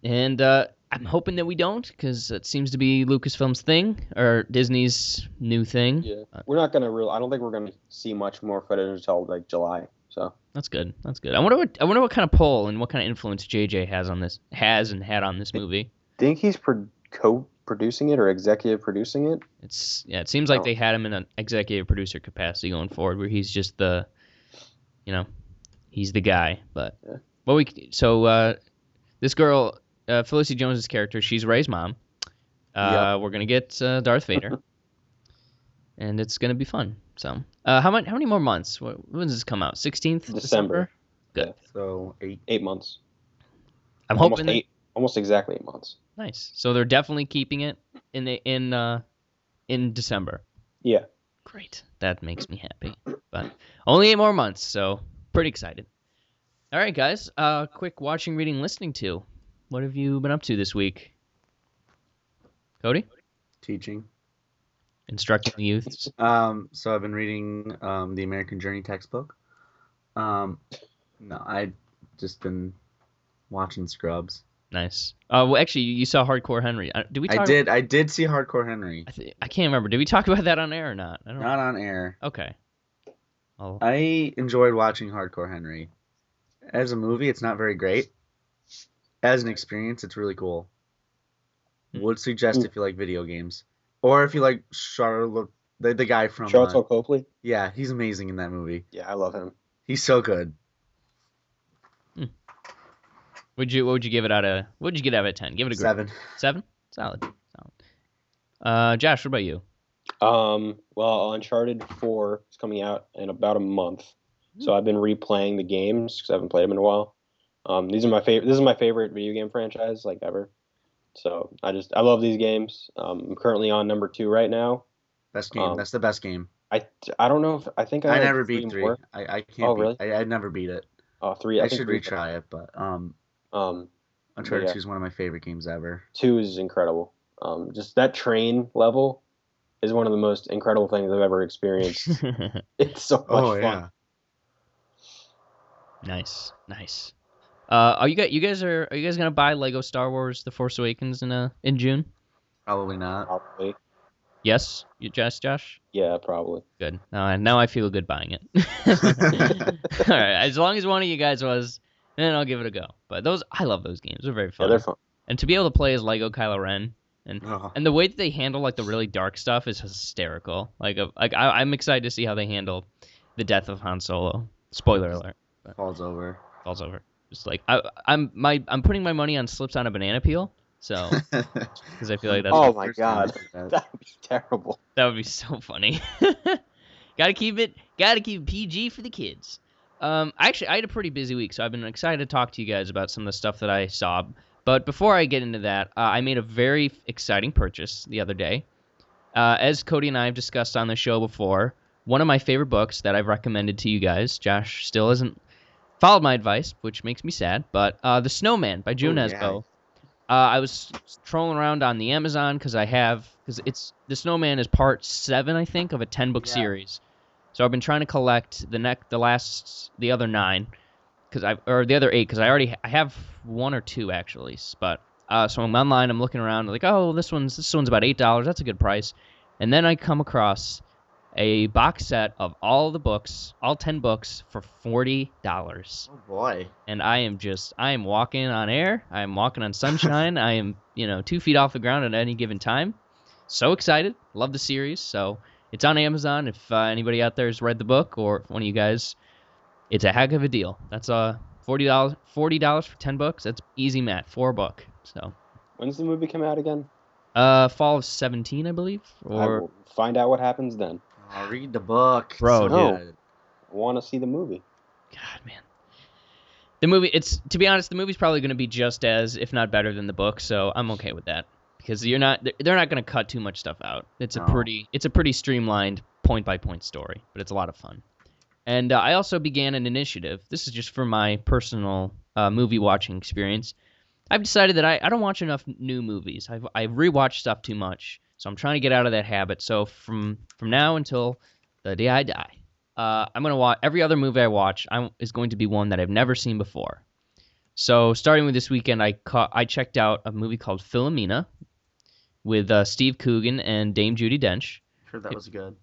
Speaker 2: and uh, I'm hoping that we don't, because it seems to be Lucasfilm's thing or Disney's new thing.
Speaker 4: Yeah, we're not gonna real. I don't think we're gonna see much more footage until like July. So
Speaker 2: That's good. That's good. I wonder what I wonder what kind of pull and what kind of influence JJ has on this has and had on this movie.
Speaker 4: think he's pro- co-producing it or executive producing it.
Speaker 2: It's yeah. It seems like
Speaker 4: Oh.
Speaker 2: they had him in an executive producer capacity going forward, where he's just the, you know, he's the guy. But
Speaker 4: Yeah.
Speaker 2: well, we c- so uh, this girl, uh, Felicity Jones's character, she's Ray's mom. Uh, We're gonna get uh, Darth Vader, and it's gonna be fun. So uh, how much? How many more months? Wh- When does this come out? Sixteenth
Speaker 4: December.
Speaker 3: So eight.
Speaker 4: Eight months.
Speaker 2: I'm
Speaker 4: almost
Speaker 2: hoping that-
Speaker 4: eight. Almost exactly eight months.
Speaker 2: Nice. So they're definitely keeping it in the in uh in December.
Speaker 4: Yeah.
Speaker 2: Great. That makes me happy. But only eight more months, so pretty excited. All right, guys. Uh, quick watching, reading, listening to. What have you been up to this week? Cody,
Speaker 3: Teaching.
Speaker 2: instructing the youths.
Speaker 3: Um, so I've been reading um, the American Journey textbook. Um, no, I just been watching Scrubs.
Speaker 2: Nice. Uh, well, actually, you you saw Hardcore Henry. Uh, Did we? Talk
Speaker 3: I did. I did see Hardcore Henry.
Speaker 2: I, th- I can't remember. Did we talk about that on air or not? I don't.
Speaker 3: Not on air.
Speaker 2: Okay. I'll,
Speaker 3: I enjoyed watching Hardcore Henry. As a movie, it's not very great. As an experience, it's really cool. Would suggest if you like video games, or if you like Charlotte, the, the guy from.
Speaker 4: Charles
Speaker 3: uh,
Speaker 4: Copley.
Speaker 3: yeah, he's amazing in that movie.
Speaker 4: Yeah, I love him.
Speaker 3: He's so good.
Speaker 2: would you? What would you give it out of? What would you get out of ten? Give it a grade.
Speaker 3: Seven.
Speaker 2: Seven? Solid. Solid. Uh, Josh, what about you?
Speaker 4: Um, well, Uncharted Four is coming out in about a month, so
Speaker 3: Hmm.
Speaker 4: I've been replaying the games because I haven't played them in a while. Um, these are my favorite. This is my favorite video game franchise like ever. So I just I love these games. Um, I'm currently on number two right now.
Speaker 3: Best game.
Speaker 4: Um,
Speaker 3: That's the best game.
Speaker 4: I I don't know if I think I,
Speaker 3: I
Speaker 4: have
Speaker 3: never beat three.
Speaker 4: more.
Speaker 3: I, I can't.
Speaker 4: Oh,
Speaker 3: beat,
Speaker 4: really?
Speaker 3: I, I never beat it.
Speaker 4: Uh, three. I,
Speaker 3: I,
Speaker 4: think
Speaker 3: should
Speaker 4: three-
Speaker 3: retry it, but um,
Speaker 4: Um,
Speaker 3: Uncharted
Speaker 4: yeah.
Speaker 3: Two is one of my favorite games ever.
Speaker 4: two is incredible. Um, just that train level is one of the most incredible things I've ever experienced. it's so much
Speaker 3: Oh
Speaker 4: fun.
Speaker 3: yeah.
Speaker 2: nice, nice. Uh, are you guys? You guys are? Are you guys gonna buy Lego Star Wars: The Force Awakens in uh in June?
Speaker 3: Probably not.
Speaker 4: Probably.
Speaker 2: Yes, you, Josh. Josh.
Speaker 4: Yeah, probably.
Speaker 2: Good. Uh, now I feel good buying it. All right. As long as one of you guys was, then I'll give it a go. But those, I love those games. They're very
Speaker 4: Yeah,
Speaker 2: fun.
Speaker 4: they're fun.
Speaker 2: And to be able to play as Lego Kylo Ren, and
Speaker 3: Oh,
Speaker 2: and the way that they handle like the really dark stuff is hysterical. Like, uh, like I, I'm excited to see how they handle the death of Han Solo. Spoiler alert.
Speaker 3: falls over.
Speaker 2: Falls over. Just like I, I'm my I'm putting my money on slips on a banana peel. So because I feel like that's
Speaker 4: Oh my
Speaker 3: First time I
Speaker 4: God.
Speaker 3: did that.
Speaker 4: That would be terrible.
Speaker 2: That would be so funny. gotta keep it. Gotta keep PG for the kids. Um, actually, I had a pretty busy week, so I've been excited to talk to you guys about some of the stuff that I saw. But before I get into that, uh, I made a very exciting purchase the other day. Uh, as Cody and I have discussed on the show before, one of my favorite books that I've recommended to you guys, Josh still hasn't followed my advice, which makes me sad. But uh, The Snowman by June
Speaker 3: Oh, yeah.
Speaker 2: Nesbo. Uh, I was trolling around on the Amazon because I have because it's The Snowman is part seven, I think, of a ten book
Speaker 3: Yeah.
Speaker 2: series. So I've been trying to collect the neck, the last, the other nine, because I or the other eight because I already I have one or two actually. s- But uh, so I'm online, I'm looking around, like oh this one's this one's about eight dollars, that's a good price. And then I come across a box set of all the books, all ten books for forty dollars
Speaker 3: Oh boy.
Speaker 2: and I am just I am walking on air. I am walking on sunshine. I am you know two feet off the ground at any given time. So excited! Love the series. So it's on Amazon. If uh, anybody out there has read the book or if one of you guys, it's a heck of a deal. That's uh forty dollars forty dollars for ten books. That's easy math for a book. So
Speaker 4: When's the movie come out again?
Speaker 2: uh fall of seventeen I believe
Speaker 4: I
Speaker 2: or
Speaker 4: will find out what happens then.
Speaker 3: Oh, read the book,
Speaker 2: Bro,
Speaker 3: It's
Speaker 4: dude.
Speaker 3: good.
Speaker 4: I want to see the movie.
Speaker 2: God, man. The movie, it's to be honest, the movie's probably going to be just as, if not better than the book, so I'm okay with that because you're not, they're- they're not going to cut too much stuff out. It's a
Speaker 3: No.
Speaker 2: pretty, it's a pretty streamlined point by point story, but it's a lot of fun. And uh, I also began an initiative. This is just for my personal uh, movie watching experience. I've decided that I, I don't watch enough new movies. I've I rewatch stuff too much, so I'm trying to get out of that habit. So from from now until the day I die, uh, I'm gonna watch every other movie I watch I, is going to be one that I've never seen before. So starting with this weekend, I caught I checked out a movie called Philomena with uh, Steve Coogan and Dame Judy Dench.
Speaker 3: Heard that was good.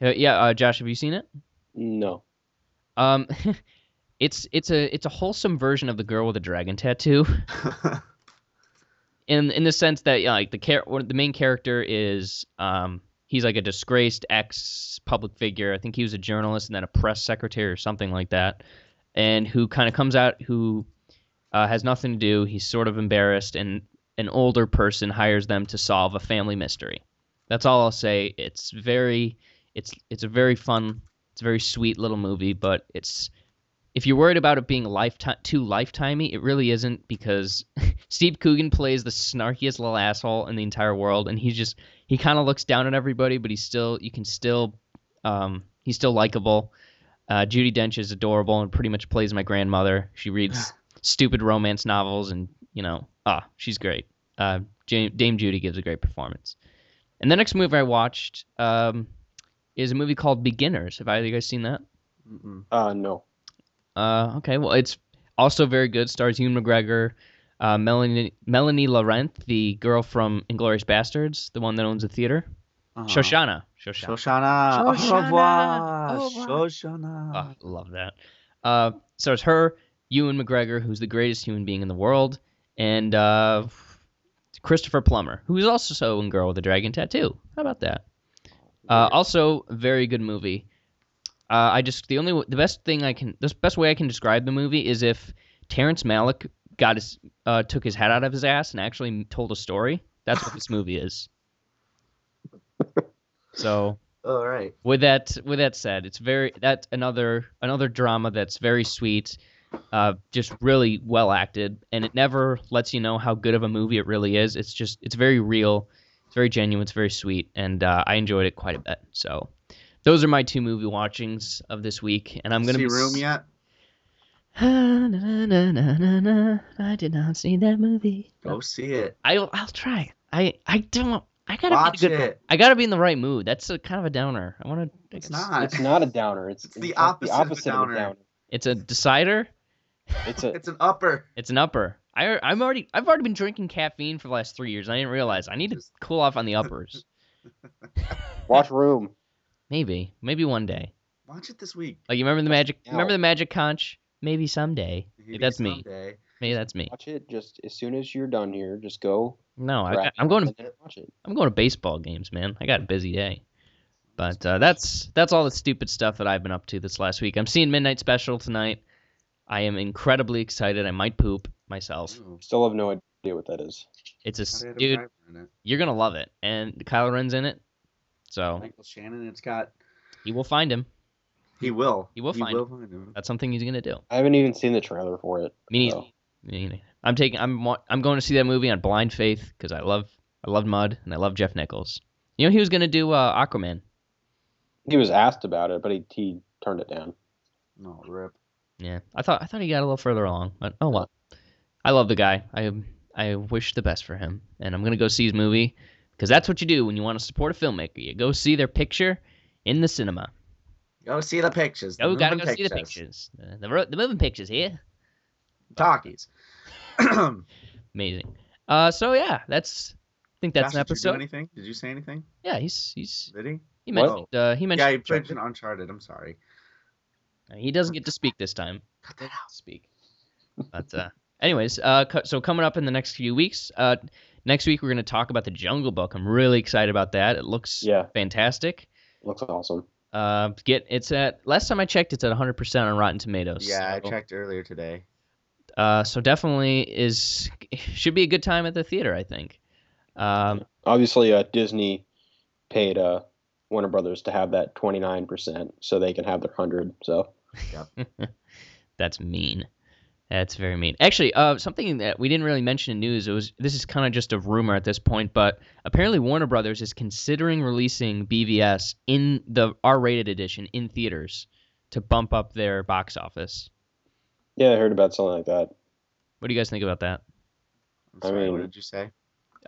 Speaker 2: Uh, yeah, uh, Josh, have you seen it?
Speaker 4: No.
Speaker 2: Um, it's it's a it's a wholesome version of the girl with a dragon tattoo. in in the sense that yeah, like the char- one- the main character is um he's like a disgraced ex public figure. I think he was a journalist and then a press secretary or something like that, and who kind of comes out who uh, has nothing to do. He's sort of embarrassed, and an older person hires them to solve a family mystery. That's all I'll say. It's very it's it's a very fun, it's a very sweet little movie, but it's if you're worried about it being lifetime too lifetimey, it really isn't because Steve Coogan plays the snarkiest little asshole in the entire world, and he's just he kind of looks down at everybody, but he's still you can still Um, he's still likable. Uh, Judy Dench is adorable and pretty much plays my grandmother. She reads stupid romance novels, and you know, ah, she's great. Uh, Ja- Dame Judy gives a great performance. And the next movie I watched um, is a movie called Beginners. Have either of you guys seen that?
Speaker 3: Mm-mm.
Speaker 4: Uh, no.
Speaker 2: Uh, okay, well, it's also very good. Stars Hugh McGregor, uh, Melanie Melanie Laurent, the girl from Inglorious Bastards, the one that owns the theater.
Speaker 3: Uh-huh.
Speaker 2: Shoshana. Shoshana.
Speaker 3: Shoshana.
Speaker 2: Shoshana.
Speaker 3: Au revoir.
Speaker 2: Au revoir.
Speaker 3: Shoshana.
Speaker 2: Oh, love that. Uh, stars her, Ewan McGregor, who's the greatest human being in the world, and uh, Christopher Plummer, who is also so in Girl with a Dragon Tattoo. How about that? Uh, also, very good movie. Uh, I just the only the best thing I can the best way I can describe the movie is if Terrence Malick got his uh, took his head out of his ass and actually told a story. That's what this movie is. So
Speaker 3: All right.
Speaker 2: with that with that said it's very that's another another drama that's very sweet uh, just really well acted and it never lets you know how good of a movie it really is it's just it's very real it's very genuine it's very sweet and uh, i enjoyed it quite a bit so those are my two movie watchings of this week and i'm gonna be
Speaker 3: See room
Speaker 2: s-
Speaker 3: yet?
Speaker 2: Ah, na, na, na, na, na, i did not see that movie
Speaker 3: Go see it.
Speaker 2: i'll i'll try i i don't i gotta
Speaker 3: Watch
Speaker 2: be in a good,
Speaker 3: it.
Speaker 2: i gotta be in the right mood that's a kind of a downer i want to
Speaker 3: It's not.
Speaker 4: It's not a downer. It's,
Speaker 3: It's the
Speaker 4: like
Speaker 3: opposite of a downer.
Speaker 2: it's a decider
Speaker 4: It's a
Speaker 3: It's an upper.
Speaker 2: It's an upper. I, I'm already. I've already been drinking caffeine for the last three years. And I didn't realize. I need to
Speaker 3: Just-
Speaker 2: cool off on the uppers.
Speaker 4: watch room.
Speaker 2: Maybe. Maybe one day.
Speaker 3: Watch it this week.
Speaker 2: Like you remember the magic.
Speaker 4: now.
Speaker 2: Remember the magic conch. Maybe someday. Maybe
Speaker 3: Maybe
Speaker 2: that's me.
Speaker 3: someday.
Speaker 2: Maybe that's me.
Speaker 4: Watch it just as soon as you're done here. Just go.
Speaker 2: No, I,
Speaker 4: wrap it
Speaker 2: I'm
Speaker 4: up
Speaker 2: going. To,
Speaker 4: and then watch it.
Speaker 2: I'm going to baseball games, man. I got a busy day. But uh, that's that's all the stupid stuff that I've been up to this last week. I'm seeing Midnight Special tonight. I am incredibly excited. I might poop myself.
Speaker 3: Ooh,
Speaker 4: Still have no idea what that is.
Speaker 2: It's a s-
Speaker 3: Saturday
Speaker 2: dude.
Speaker 3: Night Live in it.
Speaker 2: You're gonna love it. And Kyle Ren's in it, so
Speaker 3: Michael Shannon. It's got.
Speaker 2: you will find him.
Speaker 3: He will.
Speaker 2: He will find Uh,
Speaker 3: He will find him.
Speaker 2: That's something he's gonna do.
Speaker 4: I haven't even seen the trailer for it.
Speaker 2: Me neither.
Speaker 4: so.
Speaker 2: Me neither. I'm taking. I'm. wa- I'm going to see that movie on blind faith because I love. I love Mud and I love Jeff Nichols. You know he was gonna do uh, Aquaman.
Speaker 4: He was asked about it, but he, he turned it down.
Speaker 3: No Oh, rip.
Speaker 2: Yeah, I thought. I thought he got a little further along, but oh well. I love the guy. I. I wish the best for him, and I'm gonna go see his movie because that's what you do when you want to support a filmmaker. You go see their picture in the cinema.
Speaker 3: Go see the pictures. the
Speaker 2: Oh, gotta go
Speaker 3: moving
Speaker 2: see the pictures. The, the, ro- the moving pictures here.
Speaker 3: Talkies.
Speaker 2: Amazing. Uh, so yeah, that's. I think that's
Speaker 3: Josh,
Speaker 2: an
Speaker 3: did you do
Speaker 2: episode.
Speaker 3: anything? Did you say anything?
Speaker 2: yeah, he's he's
Speaker 3: Did he?
Speaker 2: he
Speaker 4: What?
Speaker 2: mentioned uh, he mentioned
Speaker 3: Yeah, he
Speaker 2: Joker.
Speaker 3: mentioned Uncharted. I'm sorry.
Speaker 2: Uh, He doesn't get to speak this time.
Speaker 3: Cut that out.
Speaker 2: Speak. But uh, anyways, uh, co- so coming up in the next few weeks, uh, next week we're going to talk about the Jungle Book. I'm really excited about that. It looks
Speaker 4: Yeah.
Speaker 2: fantastic.
Speaker 4: Looks awesome.
Speaker 2: Uh, get it's at last time I checked, it's at 100 percent on Rotten Tomatoes.
Speaker 3: Yeah, I
Speaker 2: so,
Speaker 3: checked earlier today.
Speaker 2: Uh, so definitely is should be a good time at the theater. I think. Um,
Speaker 4: Obviously, uh, Disney paid uh, Warner Brothers to have that 29% so they can have their 100 So
Speaker 2: that's mean. That's very mean. Actually, uh, something that we didn't really mention in news. It was this is kind of just a rumor at this point, but apparently Warner Brothers is considering releasing BVS in the R-rated edition in theaters to bump up their box office.
Speaker 4: Yeah, I heard about something like that.
Speaker 2: What do you guys think about that?
Speaker 3: I'm
Speaker 4: I
Speaker 3: sorry. what
Speaker 4: mean-
Speaker 3: did you say?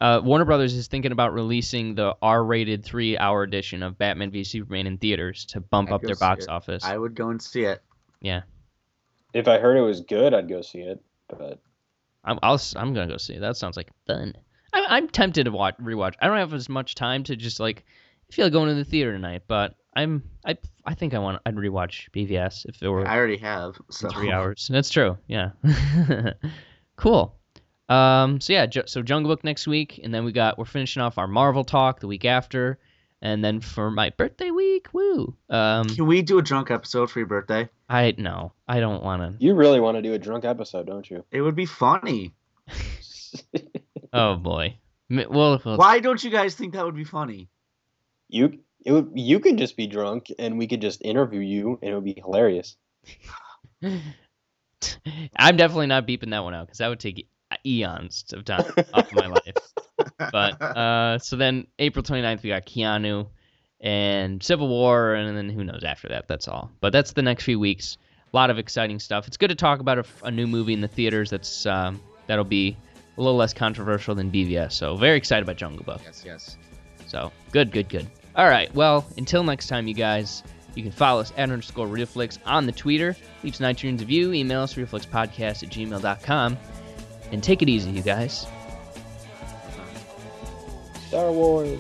Speaker 2: Uh, Warner Brothers is thinking about releasing the R-rated three-hour edition of Batman v Superman in theaters to bump
Speaker 3: I'd
Speaker 2: up
Speaker 3: go
Speaker 2: their
Speaker 3: see
Speaker 2: box
Speaker 3: it.
Speaker 2: office.
Speaker 3: I would go and see it.
Speaker 4: If I heard it was good, I'd go see it. But
Speaker 2: I'm I'll, s- I'm gonna go see. it. That sounds like fun. I'm I'm tempted to watch rewatch. I don't have as much time to just like I feel like going to the theater tonight, but I'm I I think I want I'd rewatch BVS if it were
Speaker 3: I already have. So.
Speaker 2: three hours. That's true. Yeah. cool. Um. So yeah. Ju- so Jungle Book next week, and then we got we're finishing off our Marvel talk the week after, and then for my birthday week, woo. Um.
Speaker 3: Can we do a drunk episode for your birthday?
Speaker 2: I no. I don't want to.
Speaker 4: you really want to do a drunk episode, don't you?
Speaker 3: It would be funny.
Speaker 2: Oh boy. M- Well, well
Speaker 3: Why don't you guys think that would be funny?
Speaker 4: you it would, you could just be drunk and we could just interview you and it would be hilarious.
Speaker 2: I'm definitely not beeping that one out because that would take eons of time off my life. But uh, so then April 29th, we got Keanu and Civil War, and then who knows after that. That's all. But that's the next few weeks. A lot of exciting stuff. It's good to talk about a, a new movie in the theaters. That's um, that'll be a little less controversial than BVS. So very excited about Jungle Book.
Speaker 3: Yes, yes.
Speaker 2: So good, good, good. All right. Well, until next time, you guys. You can follow us at underscore Reelflix on the Twitter. Leave us an iTunes review. Email us reelflixpodcast at gmail.com. And take it easy, you guys.
Speaker 4: Star Wars.